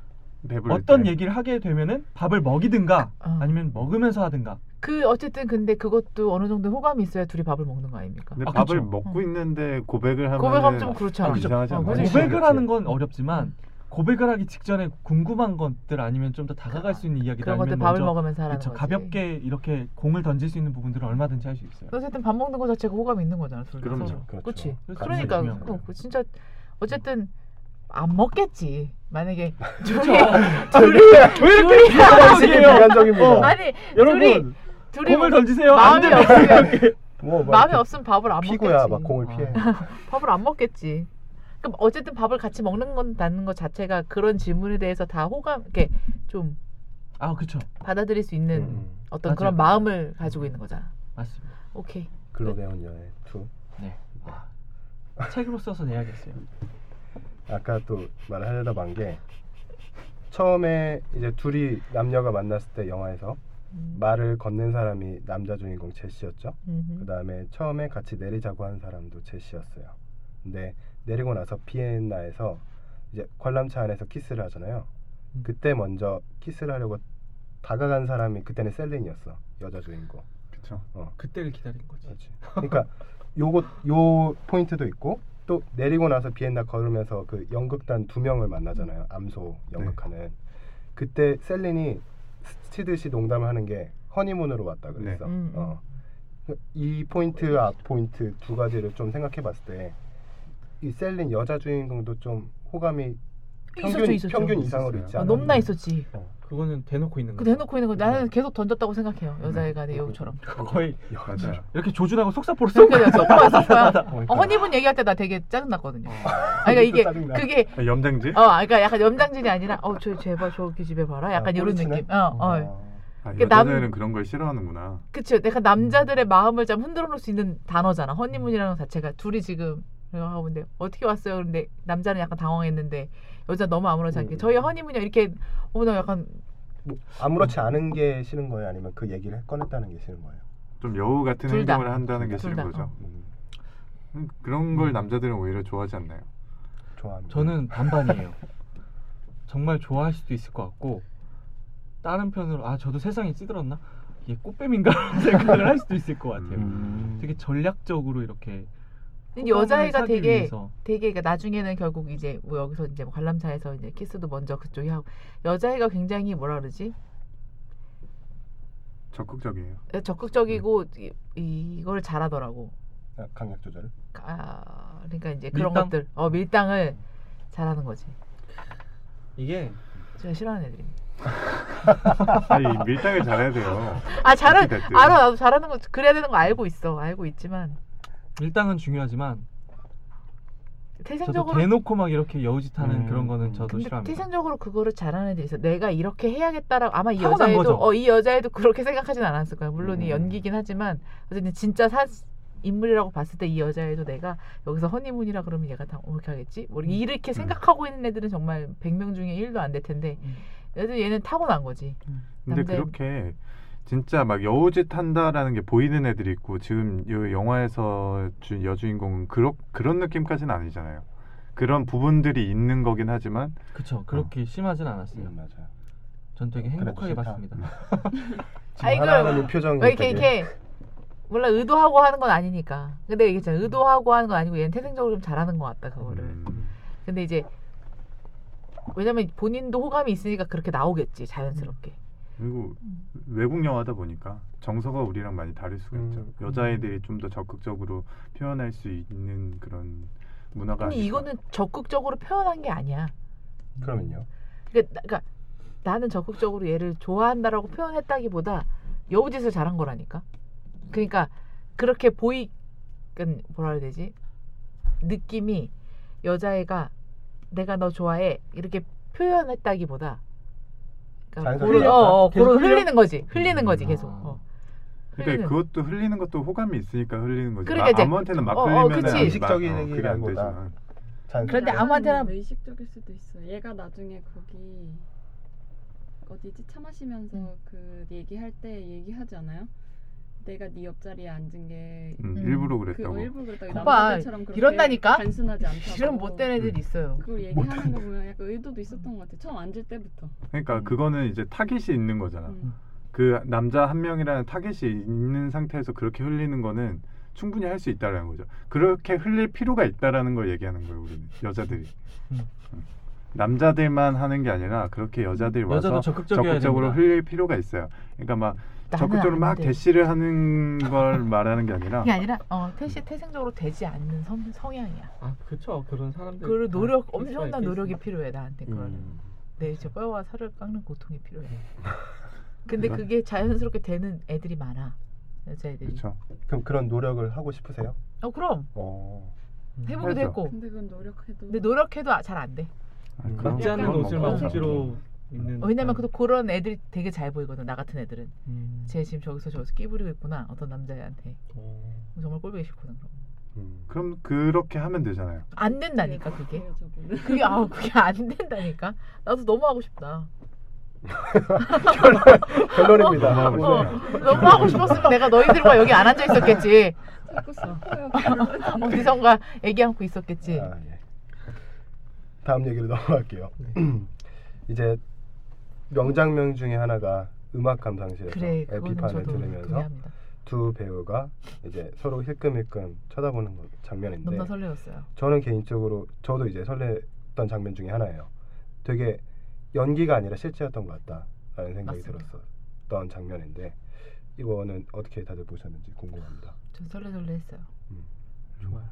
Speaker 3: 배부를
Speaker 2: 어떤
Speaker 3: 때.
Speaker 2: 얘기를 하게 되면은 밥을 먹이든가
Speaker 4: 어.
Speaker 2: 아니면 먹으면서 하든가
Speaker 4: 그 어쨌든 근데 그것도 어느 정도 호감이 있어야 둘이 밥을 먹는 거 아닙니까? 음.
Speaker 3: 근데
Speaker 2: 아,
Speaker 3: 밥을
Speaker 2: 그쵸.
Speaker 3: 먹고 있는데 고백을 하면
Speaker 4: 고백하면 좀 그렇죠.
Speaker 3: 좀 이상하지
Speaker 4: 어,
Speaker 3: 않나요?
Speaker 4: 그렇죠.
Speaker 1: 고백?
Speaker 2: 고백을 하는 건
Speaker 4: 음.
Speaker 2: 어렵지만 고백을 하기 직전에 궁금한 것들 아니면 좀 더 다가갈 수 있는 이야기들
Speaker 4: 그런 것들
Speaker 2: 아니면
Speaker 4: 밥을
Speaker 2: 먼저
Speaker 4: 먹으면서 하라는
Speaker 2: 그쵸,
Speaker 4: 거지.
Speaker 2: 가볍게 이렇게 공을 던질 수 있는 부분들을 얼마든지 할 수 있어요.
Speaker 4: 어쨌든 밥 먹는 거 자체가 호감이 있는 거잖아. 둘
Speaker 3: 그럼요.
Speaker 4: 서로.
Speaker 1: 그렇죠.
Speaker 4: 그치?
Speaker 2: 그래서
Speaker 4: 그러니까
Speaker 2: 중요한
Speaker 4: 그,
Speaker 2: 거예요.
Speaker 4: 그 진짜 어쨌든 안 먹겠지. 만약에 둘이
Speaker 1: 둘이 왜
Speaker 4: 둘이 (laughs) 어,
Speaker 1: 비관적입니다.
Speaker 4: 아니 둘이
Speaker 2: 여러분
Speaker 4: 둘이 뭐
Speaker 2: 공을 던지세요. 안
Speaker 4: 그 마음이
Speaker 2: 돼요.
Speaker 4: 없으면
Speaker 1: 뭐, 막
Speaker 4: 마음이
Speaker 1: 이렇게
Speaker 4: 없으면 밥을 안
Speaker 1: 피고야
Speaker 4: 먹겠지.
Speaker 1: 막 공을
Speaker 2: 아.
Speaker 1: 피해.
Speaker 4: 밥을 안 먹겠지. 그럼 어쨌든 밥을 같이 먹는 건다는 것 자체가 그런 질문에 대해서 다 호감 이렇게 좀
Speaker 2: 아 그렇죠.
Speaker 4: 받아들일 수 있는
Speaker 1: 음,
Speaker 4: 어떤
Speaker 2: 맞아요.
Speaker 4: 그런 마음을 가지고 있는 거잖아.
Speaker 2: 맞습니다.
Speaker 4: 오케이.
Speaker 1: 글로 배운 연애 투.
Speaker 2: 네. 아, 책으로 써서 내야겠어요.
Speaker 1: 아까 또 말을 하려다 만 게 처음에 이제 둘이 남녀가 만났을 때 영화에서
Speaker 4: 음.
Speaker 1: 말을 건넨 사람이 남자 주인공 제시였죠.
Speaker 4: 음흠.
Speaker 1: 그 다음에 처음에 같이 내리자고 한 사람도 제시였어요. 근데 내리고 나서 비엔나에서 이제 관람차 안에서 키스를 하잖아요.
Speaker 2: 음.
Speaker 1: 그때 먼저 키스를 하려고 다가간 사람이 그때는 셀린이었어 여자 주인공.
Speaker 3: 그쵸.
Speaker 2: 그때를 기다린 거지.
Speaker 1: 그렇지. (laughs) 그러니까 요거 요 포인트도 있고 또 내리고 나서 비엔나 걸으면서 그 연극단 두 명을 만나잖아요. 암소 연극하는 그때 셀린이 스치듯이 농담을 하는 게 허니문으로 왔다 그랬어.
Speaker 4: 네. 음,
Speaker 1: 어. 이 포인트 앞 포인트 두 가지를 좀 생각해 봤을 때 이 셀린 여자 주인공도 좀 호감이
Speaker 4: 있었죠,
Speaker 1: 평균
Speaker 4: 있었죠.
Speaker 1: 평균 이상으로
Speaker 3: 있었어요.
Speaker 1: 있지
Speaker 4: 아,
Speaker 1: 않아.
Speaker 4: 넘나 있었지.
Speaker 2: 그거는 대놓고 있는
Speaker 4: 그
Speaker 2: 거예요.
Speaker 4: 대놓고 있는 거
Speaker 1: 음.
Speaker 4: 나는 계속 던졌다고 생각해요. 여자애가 내 여우처럼.
Speaker 6: 거의
Speaker 3: 맞아요.
Speaker 4: 음.
Speaker 6: 이렇게 조준하고 속사포로 쏙
Speaker 4: 그러니까
Speaker 1: (laughs)
Speaker 4: (laughs) 속보야 속보야.
Speaker 1: 그러니까.
Speaker 4: 어, 허니문 얘기할 때 나 되게 짜증났거든요.
Speaker 1: 어.
Speaker 4: 아, 그러니까 이게
Speaker 1: (laughs) 짜증나.
Speaker 4: 그게
Speaker 3: 아,
Speaker 8: 염장지?
Speaker 4: 어, 그러니까 약간 염장질이 아니라 어저 제발 저기 집에 봐라. 약간
Speaker 1: 아,
Speaker 4: 이런
Speaker 1: 꼬리치네?
Speaker 4: 느낌. 어, 어.
Speaker 3: 아,
Speaker 4: 그 남-
Speaker 3: 여자들은 그런 걸 싫어하는구나.
Speaker 4: 그쵸. 내가 남자들의 마음을 좀 흔들어 놓을 수 있는 단어잖아. 허니문이라는 자체가 둘이 지금 하고 있는데 어떻게 왔어요? 그런데 남자는 약간 당황했는데 여자 너무 아무렇지 않게
Speaker 6: 네.
Speaker 1: 음.
Speaker 4: 저희 허니문이요 이렇게 어머나 약간
Speaker 1: 뭐 아무렇지 않은 게 싫은 거예요, 아니면 그 얘기를 꺼냈다는 게 싫은 거예요.
Speaker 3: 좀 여우 같은
Speaker 4: 둘 다.
Speaker 3: 행동을 한다는 게
Speaker 4: 둘
Speaker 3: 싫은
Speaker 4: 다,
Speaker 3: 거죠.
Speaker 4: 어.
Speaker 1: 음,
Speaker 3: 음, 그런 걸 남자들은 오히려 좋아하지 않나요?
Speaker 1: 좋아합니다.
Speaker 6: 저는 반반이에요. 정말 좋아할 수도 있을 것 같고 다른 편으로 아 저도 세상이 찌들었나? 얘 꽃뱀인가 (laughs) 라는 생각을 할 수도 있을 것 같아요.
Speaker 3: 음.
Speaker 6: 되게 전략적으로 이렇게
Speaker 4: 근데 여자애가
Speaker 6: 꽃뱀을 사기
Speaker 4: 되게
Speaker 6: 위해서.
Speaker 4: 되게 그러니까 나중에는 결국 이제 뭐 여기서 이제 뭐 관람차에서 이제 키스도 먼저 그쪽이 하고 여자애가 굉장히 뭐라 그러지
Speaker 3: 적극적이에요.
Speaker 4: 적극적이고
Speaker 6: 네.
Speaker 4: 이, 이걸 잘하더라고.
Speaker 1: 아, 강약 조절.
Speaker 4: 음. 아, 그러니까 이제 그런
Speaker 6: 밀당?
Speaker 4: 것들 어 밀당을 잘하는 거지.
Speaker 2: 이게
Speaker 4: 제가 싫어하는 애들이.
Speaker 3: 아니 밀당을 잘해야
Speaker 4: (laughs)
Speaker 3: 돼요.
Speaker 4: 아 잘하
Speaker 6: 네.
Speaker 3: 어찌됐든.
Speaker 4: 알아 나도 잘하는 거 그래야 되는 거 알고 있어 알고 있지만
Speaker 6: 일당은 중요하지만 저도
Speaker 4: 태생적으로
Speaker 6: 대놓고 막 이렇게 여우짓하는
Speaker 8: 음.
Speaker 6: 그런 거는 저도
Speaker 4: 근데
Speaker 6: 싫어합니다.
Speaker 4: 태생적으로 그거를 잘하는 애들이 있어. 내가 이렇게 해야겠다라고 아마 이
Speaker 6: 타고난 거죠.
Speaker 4: 여자애도 어 이 여자애도 그렇게 생각하진 않았을 거야. 물론 이
Speaker 1: 음.
Speaker 4: 연기긴 하지만 어쨌든 진짜 사 인물이라고 봤을 때 이 여자애도 내가 여기서 허니문이라 그러면 얘가 다 어떻게 하겠지? 뭐
Speaker 6: 음.
Speaker 4: 이렇게 생각하고 있는 애들은 정말 100명 중에 1도 안 될 텐데
Speaker 6: 음.
Speaker 4: 얘들 얘는 타고난 거지.
Speaker 3: 근데
Speaker 4: 남자애-
Speaker 3: 그렇게 진짜 막 여우짓 한다라는 게 보이는 애들이 있고 지금 이 영화에서 주 여주인공은 그런 그런 느낌까지는 아니잖아요. 그런 부분들이 있는 거긴 하지만
Speaker 6: 그쵸 그렇게 심하진 않았어요.
Speaker 1: 어. 음, 맞아요.
Speaker 6: 전 되게
Speaker 1: 그래도
Speaker 6: 행복하게
Speaker 1: 싫다. 음.
Speaker 6: 봤습니다.
Speaker 1: 지금
Speaker 4: 아이고.
Speaker 1: 하나하는
Speaker 6: 음,
Speaker 1: 표정이
Speaker 4: 왜 그러니까 이렇게
Speaker 1: 되게-
Speaker 4: 이렇게 몰라 의도하고 하는 건 아니니까. 근데 이게 진짜 의도하고 하는 건 아니고 얘는 태생적으로 좀 잘하는 것 같다 그거를.
Speaker 3: 음,
Speaker 4: 근데 이제 왜냐면 본인도 호감이 있으니까 그렇게 나오겠지 자연스럽게.
Speaker 3: 그리고
Speaker 4: 음.
Speaker 3: 외국 영화다 보니까 정서가 우리랑 많이 다를 수가
Speaker 1: 음.
Speaker 3: 있죠. 여자애들이 좀 더 적극적으로 표현할 수 있는 그런 문화가
Speaker 4: 근데
Speaker 3: 아닐까.
Speaker 4: 이거는 적극적으로 표현한 게 아니야.
Speaker 1: 그러면요.
Speaker 4: 그러니까, 나- 그러니까 나는 적극적으로 얘를 좋아한다라고 표현했다기보다 여우짓을 잘한 거라니까. 그러니까 그렇게 보이, 그러니까 뭐라 해야 되지? 느낌이 여자애가 내가 너 좋아해 이렇게 표현했다기보다. 그러니까
Speaker 1: 자연스럽게
Speaker 4: 고르- 어, 어,
Speaker 2: 계속
Speaker 4: 고르-
Speaker 2: 흘려?
Speaker 4: 흘리는 거지. 흘리는 거지
Speaker 6: 음.
Speaker 4: 계속.
Speaker 6: 아.
Speaker 4: 어.
Speaker 3: 그러니까 그것도 흘리는 것도 호감이 있으니까 흘리는 거지.
Speaker 4: 그러니까 이제-
Speaker 3: 아, 아무한테는 막
Speaker 4: 어, 어,
Speaker 3: 흘리면
Speaker 4: 그치.
Speaker 3: 은
Speaker 1: 의식적인
Speaker 3: 그게 안
Speaker 1: 얘기라기보다.
Speaker 3: 되지만.
Speaker 1: 자연스럽게.
Speaker 4: 그런데 아무한테나
Speaker 5: 의식적일 수도 있어. 얘가 나중에 거기 어디지 차 마시면서
Speaker 4: 음.
Speaker 5: 그 얘기할 때 얘기하지 않아요? 내가 네 옆자리에 앉은 게
Speaker 3: 음,
Speaker 4: 음.
Speaker 3: 일부러
Speaker 5: 그
Speaker 3: 그랬다고.
Speaker 5: 일부러 그랬다고
Speaker 4: 거봐,
Speaker 5: 남자들처럼 그렇게
Speaker 4: 이런다니까?
Speaker 5: 단순하지 않다고
Speaker 4: 지금 못된 애들 있어요.
Speaker 5: 그걸 얘기하는 거 보면 약간 의도도 있었던 것 같아 처음 앉을 때부터
Speaker 3: 그러니까
Speaker 1: 음.
Speaker 3: 그거는 이제 타깃이 있는 거잖아.
Speaker 5: 음.
Speaker 3: 그 남자 한 명이라는 타깃이 있는 상태에서 그렇게 흘리는 거는 충분히 할 수 있다라는 거죠. 그렇게 흘릴 필요가 있다라는 걸 얘기하는 거예요, 우리는 여자들이.
Speaker 6: 음.
Speaker 3: 음. 남자들만 하는 게 아니라 그렇게 여자들이 와서
Speaker 6: 여자도 적극적이어야
Speaker 3: 적극적으로
Speaker 6: 됩니다.
Speaker 3: 흘릴 필요가 있어요. 그러니까 막
Speaker 4: 나는
Speaker 3: 적극적으로
Speaker 4: 안
Speaker 3: 막
Speaker 4: 돼.
Speaker 3: 대시를 하는 걸
Speaker 4: (laughs)
Speaker 3: 말하는 게 아니라
Speaker 4: 그게 아니라 어,
Speaker 3: 음.
Speaker 4: 태시 태생적으로 되지 않는 성, 성향이야.
Speaker 2: 아 그쵸 그런 사람들.
Speaker 4: 그걸
Speaker 2: 다
Speaker 4: 노력
Speaker 2: 그럴 수가
Speaker 4: 엄청난
Speaker 2: 있겠지.
Speaker 4: 노력이 필요해 나한테 그거는.
Speaker 1: 음.
Speaker 4: 내저 뼈와 살을 깎는 고통이 필요해.
Speaker 3: (laughs)
Speaker 4: 근데 그게 자연스럽게 되는 애들이 많아. 여자애들이.
Speaker 3: 그렇죠.
Speaker 1: 그럼 그런 노력을 하고 싶으세요?
Speaker 4: 어 그럼
Speaker 1: 어.
Speaker 6: 음.
Speaker 4: 해보기도
Speaker 3: 해야죠.
Speaker 4: 했고.
Speaker 5: 근데 그건 노력해도
Speaker 4: 어. 근데 노력해도 잘 안 돼.
Speaker 3: 아, 그럼-
Speaker 6: 맞지 않는
Speaker 3: 그건
Speaker 6: 옷을
Speaker 3: 뭔가
Speaker 6: 막
Speaker 4: 없어.
Speaker 6: 억지로 입는.
Speaker 3: 음,
Speaker 4: 어, 왜냐면 그래도 그런 애들이 되게 잘 보이거든. 나 같은 애들은.
Speaker 6: 음.
Speaker 4: 쟤 지금 저기서 저기서 끼부리고 있구나. 어떤 남자애한테.
Speaker 6: 어.
Speaker 4: 정말 꼴보기 싫거든. 그럼.
Speaker 1: 음.
Speaker 3: 그럼 그렇게 하면 되잖아요.
Speaker 4: 안 된다니까 그게.
Speaker 5: 네, 그래요, 저분은.
Speaker 4: (laughs) 그게 아 그게 안 된다니까. 나도 너무 하고 싶다. 어,
Speaker 1: 결론입니다. 네.
Speaker 3: 너무
Speaker 1: 오늘.
Speaker 4: 너무 하고 싶었으면 내가 너희들과 여기 안 앉아 있었겠지.
Speaker 5: 자꾸 슬퍼요
Speaker 4: 어. 어디선가 애기 안고 있었겠지.
Speaker 1: 아, 예. 다음 얘기로 (laughs) 넘어갈게요.
Speaker 4: 네.
Speaker 1: 이제 명장면 중에 하나가 음악 감상실에서
Speaker 4: 그래 그거는
Speaker 1: 네, 에피판을
Speaker 4: 저도
Speaker 1: 들으면서
Speaker 4: 동의합니다.
Speaker 1: 두 배우가 이제 서로 힐끔힐끔 쳐다보는 거- 장면인데
Speaker 4: 너무나 설레었어요.
Speaker 1: 저는 개인적으로 저도 이제 설레던 장면 중에 하나예요. 되게 연기가 아니라 실제였던 것 같다라는 생각이
Speaker 4: 맞습니다.
Speaker 1: 들었었던 장면인데 이거는 어떻게 다들 보셨는지 궁금합니다. 음,
Speaker 4: 전 설레설레 했어요.
Speaker 6: 좋아요.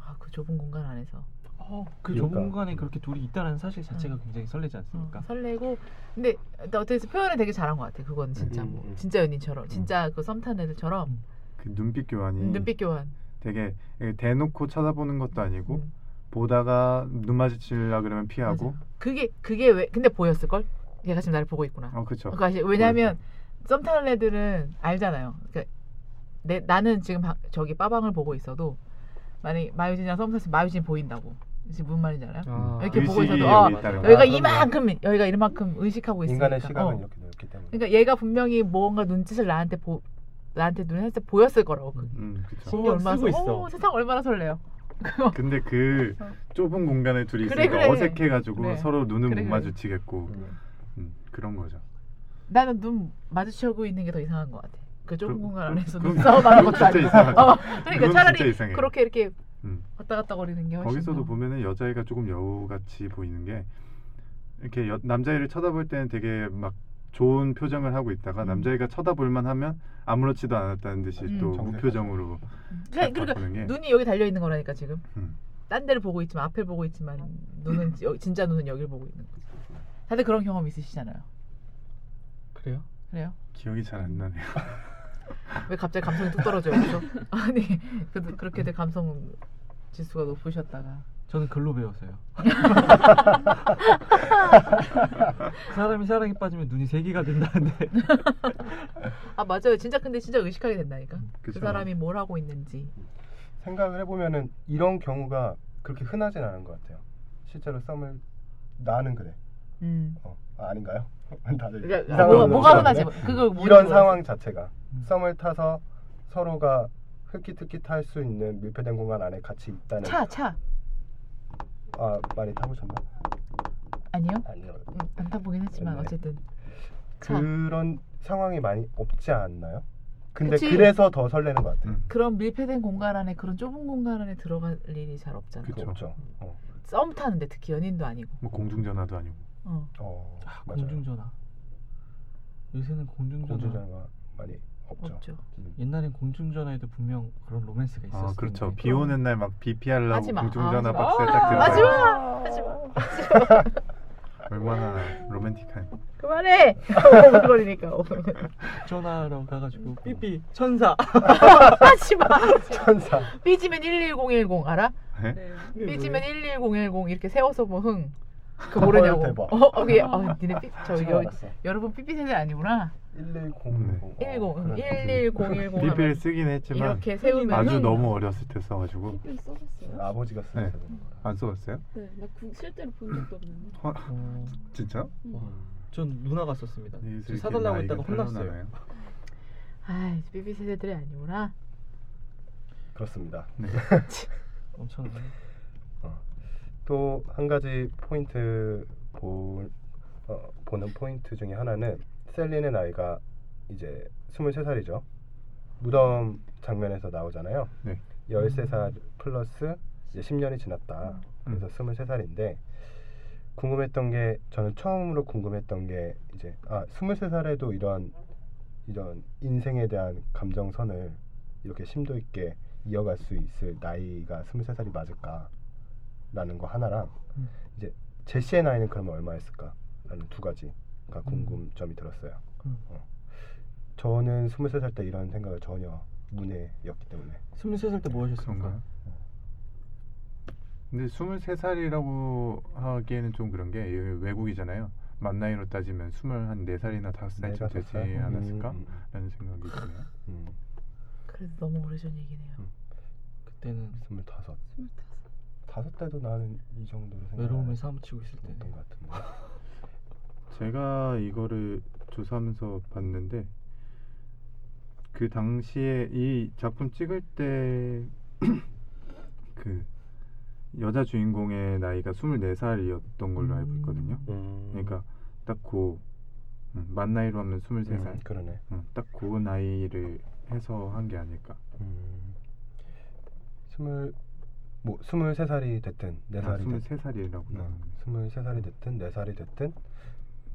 Speaker 4: 아 그 좁은 공간 안에서
Speaker 6: 어, 그
Speaker 1: 그러니까.
Speaker 6: 좁은 공간에 그렇게 둘이 있다는 사실 자체가 굉장히 설레지 않습니까?
Speaker 4: 어, 설레고 근데 일단 어떻게 해서 표현을 되게 잘한 것 같아. 그건 진짜
Speaker 1: 음,
Speaker 4: 뭐
Speaker 1: 음. 음.
Speaker 4: 진짜 연인처럼 진짜 그 썸 타는 애들처럼
Speaker 3: 그 눈빛 교환이
Speaker 4: 눈빛 교환.
Speaker 3: 되게 대놓고 쳐다보는 것도 아니고
Speaker 4: 음,
Speaker 3: 보다가 눈 마주치려 그러면 피하고
Speaker 4: 맞아. 그게 그게 왜 근데 보였을 걸? 얘가 지금 나를 보고 있구나.
Speaker 3: 어 그쵸
Speaker 4: 그러니까 이제 왜냐면 썸
Speaker 3: 그러니까.
Speaker 4: 타는 애들은 알잖아요. 그러니까 내 나는 지금 바- 저기 빠방을 보고 있어도 만약에 마유진이랑 썸 탔으면 마유진 보인다고. 이제 무슨 말인지 알아요?
Speaker 6: 음.
Speaker 2: 아,
Speaker 1: 그
Speaker 4: 이렇게 보고
Speaker 3: 의식이
Speaker 4: 있어도,
Speaker 3: 여기
Speaker 4: 어,
Speaker 3: 있다는 거
Speaker 4: 여기가
Speaker 2: 그럼요.
Speaker 4: 이만큼 여기가 이만큼 의식하고 있으니까.
Speaker 1: 인간의 시각은
Speaker 4: 어.
Speaker 1: 이렇게 넓기 때문에
Speaker 4: 그러니까 얘가 분명히 뭔가 눈짓을 나한테 보 나한테 눈에서 보였을 거라고. 그
Speaker 3: 음 그쵸
Speaker 4: 신경
Speaker 2: 신경 쓰고
Speaker 4: 써-
Speaker 2: 있어.
Speaker 4: 오, 세상 얼마나 설레요.
Speaker 3: 근데 그
Speaker 4: 어.
Speaker 3: 좁은 공간에 둘이
Speaker 4: 그래,
Speaker 3: 있으니까
Speaker 4: 그래.
Speaker 3: 어색해가지고
Speaker 4: 그래.
Speaker 3: 서로 눈은
Speaker 4: 그래,
Speaker 3: 못
Speaker 4: 그래.
Speaker 3: 마주치겠고
Speaker 1: 음.
Speaker 3: 음, 그런 거죠
Speaker 4: 나는 눈 마주치고 있는 게 더 이상한 것 같아. 그 좁은
Speaker 3: 그럼-
Speaker 4: 공간 안에서
Speaker 3: 그럼-
Speaker 4: 눈
Speaker 3: 그건
Speaker 4: 싸움하는 것도
Speaker 3: 진짜
Speaker 4: 아니고.
Speaker 3: 이상하죠
Speaker 4: 어,
Speaker 3: 그건
Speaker 4: 그러니까
Speaker 3: 진짜
Speaker 4: 차라리
Speaker 3: 이상해요.
Speaker 4: 그렇게 이렇게
Speaker 3: 음.
Speaker 4: 왔다 갔다 거리는 게 훨씬
Speaker 3: 거기서도
Speaker 4: 더.
Speaker 3: 보면은 여자애가 조금 여우같이 보이는 게 이렇게 여- 남자애를 쳐다볼 때는 되게 막 좋은 표정을 하고 있다가
Speaker 4: 음.
Speaker 3: 남자애가 쳐다볼만 하면 아무렇지도 않았다는 듯이
Speaker 4: 음.
Speaker 3: 또
Speaker 1: 정색하죠.
Speaker 3: 무표정으로
Speaker 4: 그러니까,
Speaker 3: 딱
Speaker 4: 그러니까
Speaker 3: 바꾸는
Speaker 1: 예.
Speaker 3: 게
Speaker 4: 눈이 여기 달려 있는 거라니까 지금.
Speaker 3: 음.
Speaker 4: 딴 데를 보고 있지만 앞을 보고 있지만 눈은 여- 진짜 눈은 여길 보고 있는 거지. 다들 그런 경험 있으시잖아요.
Speaker 2: 그래요?
Speaker 4: 그래요?
Speaker 3: 기억이 잘 안 나네요.
Speaker 4: 왜 갑자기 감성이 뚝 떨어져요? 그래서? (laughs) 아니 그, 그렇게들 감성 지수가 높으셨다가
Speaker 6: 저는 글로 배웠어요. 사람이 사랑에 빠지면 눈이 세 개가 된다는데.
Speaker 4: 아 맞아요 진짜 근데 진짜 의식하게 된다니까
Speaker 1: 음,
Speaker 4: 그
Speaker 3: 그쵸?
Speaker 4: 사람이 뭘 하고 있는지
Speaker 1: 생각을 해보면은 이런 경우가 그렇게 흔하진 않은 것 같아요. 실제로 썸을 나는 그래.
Speaker 4: 음.
Speaker 1: 어, 아, 아닌가요? (laughs) 다들
Speaker 4: 그러니까
Speaker 1: 이상한
Speaker 4: 뭐가,
Speaker 1: 거
Speaker 4: 뭐가
Speaker 1: 생각하는데
Speaker 4: 흔하지 그걸 모르는
Speaker 1: 이런
Speaker 4: 거예요.
Speaker 1: 상황 자체가
Speaker 6: 음.
Speaker 1: 썸을 타서 서로가 흑기특기탈 수 있는 밀폐된 공간 안에 같이 있다는
Speaker 4: 차, 차
Speaker 1: 아 많이 타보셨나?
Speaker 4: 아니요
Speaker 1: 아니요.
Speaker 4: 음, 안 타보긴 했지만
Speaker 1: 네.
Speaker 4: 어쨌든 차
Speaker 1: 그런 상황이 많이 없지 않나요? 근데
Speaker 4: 그치.
Speaker 1: 그래서더 설레는 것 같아요.
Speaker 3: 음.
Speaker 4: 그런 밀폐된 공간 안에 그런 좁은 공간 안에 들어갈 일이 잘 없잖아
Speaker 3: 그쵸.
Speaker 1: 그렇죠. 어,
Speaker 4: 썸 타는데 특히 연인도 아니고
Speaker 3: 뭐 공중전화도 아니고
Speaker 4: 어.
Speaker 1: 어
Speaker 6: 아,
Speaker 1: 맞아요.
Speaker 6: 공중전화. 요새는 공중전화.
Speaker 1: 공중전화가 많이 없죠.
Speaker 4: 없죠
Speaker 1: 음.
Speaker 6: 옛날엔 공중전화에도 분명 그런 로맨스가 있었을
Speaker 3: 아 그렇죠.
Speaker 6: 텐데.
Speaker 3: 비 오는 날 막 BP 하려고
Speaker 4: 하지 마.
Speaker 3: 공중전화
Speaker 4: 아, 하지 마.
Speaker 3: 박스에 딱 들어가.
Speaker 4: 하지마
Speaker 1: 아.
Speaker 4: 하지마 (laughs)
Speaker 3: 얼마나 로맨틱한.
Speaker 6: 어,
Speaker 4: 그만해 오글거리니까 어.
Speaker 6: 전화하러 가가지고 삐삐 천사.
Speaker 4: (laughs) 하지마
Speaker 1: 천사.
Speaker 4: 삐지면 11010 알아?
Speaker 5: 네.
Speaker 4: 삐지면 11010 이렇게 세워서 뭐흥 그거 모르냐고
Speaker 1: 헐, 대박.
Speaker 4: 어, 어, 그게, 어, 니네 삐, 저
Speaker 1: 지금
Speaker 4: 여,
Speaker 1: 알았어.
Speaker 4: 여러분 삐삐 세대 아니구나
Speaker 1: 110.
Speaker 3: 네.
Speaker 1: 어,
Speaker 4: 110 응,
Speaker 1: 그래.
Speaker 4: 11010
Speaker 3: BP를
Speaker 4: 하면
Speaker 3: 쓰긴 했지만
Speaker 4: 이렇게 세우면
Speaker 3: 아주
Speaker 4: 흥.
Speaker 3: 너무 어렸을 때 써가지고
Speaker 5: 이거 써봤어요?
Speaker 1: 아버지가 쓰는
Speaker 3: 네.
Speaker 1: 거.
Speaker 3: 안 써봤어요?
Speaker 5: 네, 나 구, 실제로 본 적도 없는데. 음.
Speaker 6: 어,
Speaker 3: (laughs) 진짜?
Speaker 6: 전 누나가 썼습니다.
Speaker 3: 네, 이
Speaker 6: 저
Speaker 3: 슬기
Speaker 6: 사달라고
Speaker 3: 나이가
Speaker 6: 했다가 혼났어요.
Speaker 3: 털려나나요?
Speaker 4: 아이 삐삐 세대들이 아니구나
Speaker 1: 그렇습니다.
Speaker 6: 엄청.
Speaker 1: 또 한 가지 포인트 보, 어, 보는 포인트 중에 하나는 셀린의 나이가 이제 23살이죠. 무덤 장면에서 나오잖아요.
Speaker 3: 네.
Speaker 1: 13살 플러스 이제 10년이 지났다.
Speaker 6: 음.
Speaker 1: 그래서 23살인데 궁금했던 게 저는 처음으로 궁금했던 게 이제 아 23살에도 이런 이런 인생에 대한 감정선을 이렇게 심도 있게 이어갈 수 있을 나이가 23살이 맞을까라는 거 하나랑
Speaker 6: 음.
Speaker 1: 이제 제시의 나이는 그러면 얼마였을까라는 두 가지가 궁금점이 들었어요.
Speaker 6: 음.
Speaker 1: 어. 저는 23살 때 이런 생각을 전혀 문외였기 때문에
Speaker 6: 23살 때 뭐 하셨습니까?
Speaker 3: 그런가요? 근데 23살이라고 하기에는 좀 그런 게 여기 외국이잖아요. 만 나이로 따지면 24살이나 5살쯤 되지
Speaker 1: 내가 음,
Speaker 3: 않았을까?
Speaker 1: 음,
Speaker 3: 라는 생각이 드네요.
Speaker 1: 음,
Speaker 4: 그래도 너무 오래전 얘기네요
Speaker 6: 그때는
Speaker 1: 25.
Speaker 5: 스물다섯.
Speaker 1: 다섯 대도 나는 이 정도로 생각
Speaker 6: 외로움에 사무치고 있을 때.
Speaker 1: 어떤 것 같은데.
Speaker 3: 제가 이거를 조사하면서 봤는데 그 당시에 이 작품 찍을 때 (clears throat) 그 여자 주인공의 나이가 24살이었던 걸로 알고 있거든요.
Speaker 1: 음.
Speaker 3: 그러니까 딱그 음, 만 나이로 하면 23살.
Speaker 1: 음, 그러네.
Speaker 3: 음, 딱그 나이를 해서 한 게 아닐까.
Speaker 1: 음. 스물 뭐 스물세 살이 됐든 네
Speaker 3: 아, 음.
Speaker 1: 살이 됐든 음,
Speaker 3: 23살이라고 나오는 거.
Speaker 1: 스물세 살이 됐든 네 살이 됐든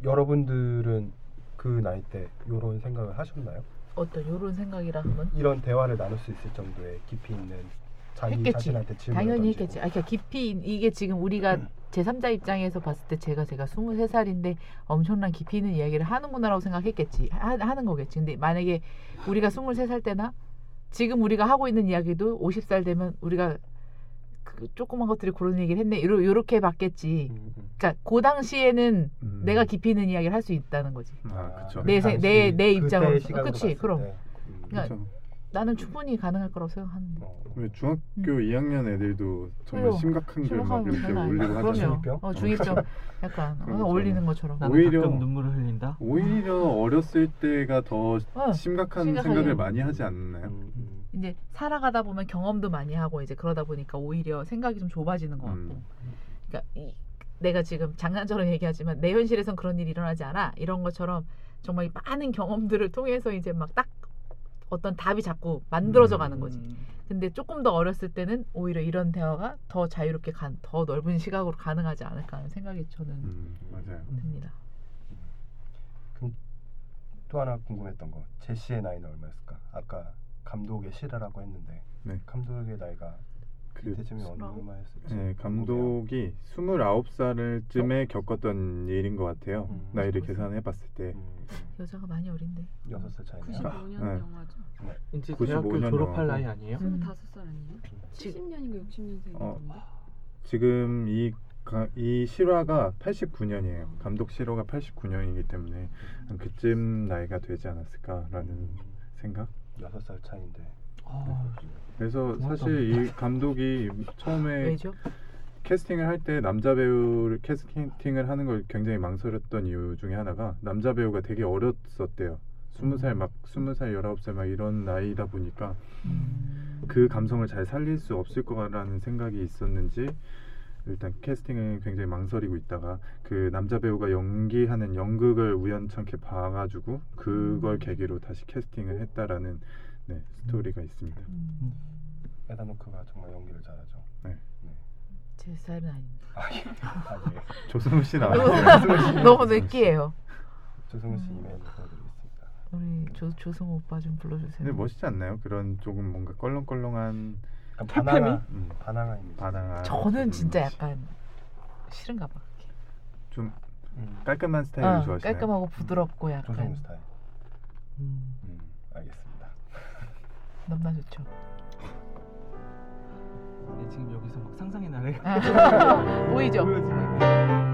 Speaker 1: 여러분들은 그 나이 때 이런 생각을 하셨나요?
Speaker 4: 어떤 요런 생각이라 하면
Speaker 1: 이런 대화를 나눌 수 있을 정도의 깊이 있는 자기
Speaker 4: 했겠지.
Speaker 1: 자신한테 질문을
Speaker 4: 당연히
Speaker 1: 던지고.
Speaker 4: 했겠지. 아, 그러니까 깊이 이게 지금 우리가
Speaker 3: 음.
Speaker 4: 제3자 입장에서 봤을 때 제가 제가 23살인데 엄청난 깊이 있는 이야기를 하는구나라고 생각했겠지. 하, 하는 거겠지. 근데 만약에 우리가 23살 때나 지금 우리가 하고 있는 이야기도 50살 되면 우리가 그 조그만 것들이 그런 얘기를 했네. 이러, 이렇게 봤겠지.
Speaker 2: 음, 음.
Speaker 4: 그러니까 그 당시에는
Speaker 3: 음.
Speaker 4: 내가 깊이 있는 이야기를 할 수 있다는 거지.
Speaker 3: 아, 그쵸.
Speaker 1: 그
Speaker 4: 내 세- 내-
Speaker 1: 당시
Speaker 4: 내
Speaker 1: 그때의
Speaker 4: 입장으로서.
Speaker 1: 시각으로
Speaker 4: 그치,
Speaker 1: 봤을
Speaker 4: 그럼.
Speaker 1: 때. 음.
Speaker 4: 네. 그러니까-
Speaker 3: 그쵸.
Speaker 4: 나는 충분히 가능할 거라고 생각하는데.
Speaker 1: 어.
Speaker 3: 왜 중학교 2학년 애들도 정말
Speaker 4: 음. 그래요.
Speaker 3: 심각한
Speaker 4: 심각하게
Speaker 3: 글막 음. 이렇게
Speaker 4: 장난 아니야.
Speaker 3: 올리고 하잖아요.
Speaker 4: 그럼요. 어,
Speaker 1: 어.
Speaker 3: (laughs)
Speaker 4: 중이병 약간
Speaker 3: 그런 음.
Speaker 4: 어, 올리는 것처럼.
Speaker 3: 나-
Speaker 6: 나는
Speaker 3: 오히려-
Speaker 6: 가끔 눈물을 흘린다.
Speaker 3: 오히려 어렸을 때가 더
Speaker 4: 어.
Speaker 3: 심각한
Speaker 4: 심각하게.
Speaker 3: 생각을 많이 하지 않나요?
Speaker 1: 음, 음.
Speaker 4: 이제 살아가다 보면 경험도 많이 하고 이제 그러다 보니까 오히려 생각이 좀 좁아지는 것 같고
Speaker 3: 음.
Speaker 4: 그러니까 이, 내가 지금 장난처럼 얘기하지만 내 현실에선 그런 일이 일어나지 않아 이런 것처럼 정말 이 많은 경험들을 통해서 이제 막 딱 어떤 답이 자꾸
Speaker 3: 음.
Speaker 4: 만들어져 가는 거지
Speaker 6: 음.
Speaker 4: 근데 조금 더 어렸을 때는 오히려 이런 대화가 더 자유롭게 간, 더 넓은 시각으로 가능하지 않을까 하는 생각이 저는
Speaker 3: 음, 맞아요.
Speaker 4: 듭니다
Speaker 1: 또 하나 궁금했던 거 제시의 나이는 얼마였을까? 아까 감독의 실화라고 했는데
Speaker 3: 네.
Speaker 1: 감독의 나이가
Speaker 3: 그
Speaker 1: 그때쯤이
Speaker 5: 실화?
Speaker 1: 얼마였을지
Speaker 3: 네,
Speaker 1: 궁금해요.
Speaker 3: 감독이 29살쯤에 겪었던 일인 것 같아요.
Speaker 1: 음.
Speaker 3: 나이를 계산해 봤을 때.
Speaker 1: 음,
Speaker 4: 여자가 많이 어린데
Speaker 1: 음. 여섯 살 차이네요.
Speaker 5: 95년
Speaker 3: 네.
Speaker 5: 영화죠.
Speaker 2: 이제
Speaker 3: 95
Speaker 2: 대학교
Speaker 3: 년
Speaker 6: 졸업할
Speaker 3: 영화고.
Speaker 6: 나이 아니에요?
Speaker 4: 음.
Speaker 5: 25살 아니에요? 70년인가 60년생인가
Speaker 3: 어.
Speaker 5: 던데
Speaker 3: 지금 이, 가- 이 실화가 89년이에요. 감독 실화가 89년이기 때문에 그쯤 나이가 되지 않았을까라는 생각?
Speaker 1: 여섯 살 차인데
Speaker 6: 아,
Speaker 3: 그래서
Speaker 6: 고맙다.
Speaker 3: 사실 이 감독이
Speaker 4: (laughs)
Speaker 3: 처음에
Speaker 4: 왜죠?
Speaker 3: 캐스팅을 할 때 남자 배우를 캐스팅을 하는 걸 굉장히 망설였던 이유 중에 하나가 남자 배우가 되게 어렸었대요. 스무 살 막 스무 살 열아홉 살 막 이런 나이다 보니까 그 감성을 잘 살릴 수 없을 거라는 생각이 있었는지 일단 캐스팅을 굉장히 망설이고 있다가 그 남자 배우가 연기하는 연극을 우연찮게 봐가지고 그걸
Speaker 4: 음.
Speaker 3: 계기로 다시 캐스팅을 했다라는 네, 스토리가 있습니다.
Speaker 4: 음,
Speaker 1: 에다노크가 정말 연기를 잘하죠.
Speaker 4: 제 스타일은 아닙니다 (laughs)
Speaker 1: 아,
Speaker 5: (laughs)
Speaker 1: 예.
Speaker 3: 조성우 씨
Speaker 4: 너무 느끼해요
Speaker 1: 조승우
Speaker 5: 음.
Speaker 1: 씨 이메일 보내드리겠습니다.
Speaker 4: 우리 조, 조승우 오빠 좀 불러주세요
Speaker 3: 근데 멋있지 않나요? 그런 조금 뭔가 껄렁껄렁한
Speaker 1: 약간
Speaker 6: 퇴폐미?
Speaker 1: 바나나
Speaker 3: 음,
Speaker 1: 바나나 이미지.
Speaker 3: 바다.
Speaker 4: 저는 진짜 약간 싫은가 봐.
Speaker 3: 좀
Speaker 1: 음.
Speaker 3: 깔끔한 스타일을
Speaker 4: 어,
Speaker 3: 네, 좋아하시나요?
Speaker 4: 깔끔하고 부드럽고
Speaker 1: 조승우
Speaker 4: 약간
Speaker 1: 스타일.
Speaker 6: 음.
Speaker 1: 음, 알겠습니다.
Speaker 4: 너무나 좋죠.
Speaker 6: 네, 지금 여기서 막 상상의 나래.
Speaker 4: 보이죠?
Speaker 6: 보여지네.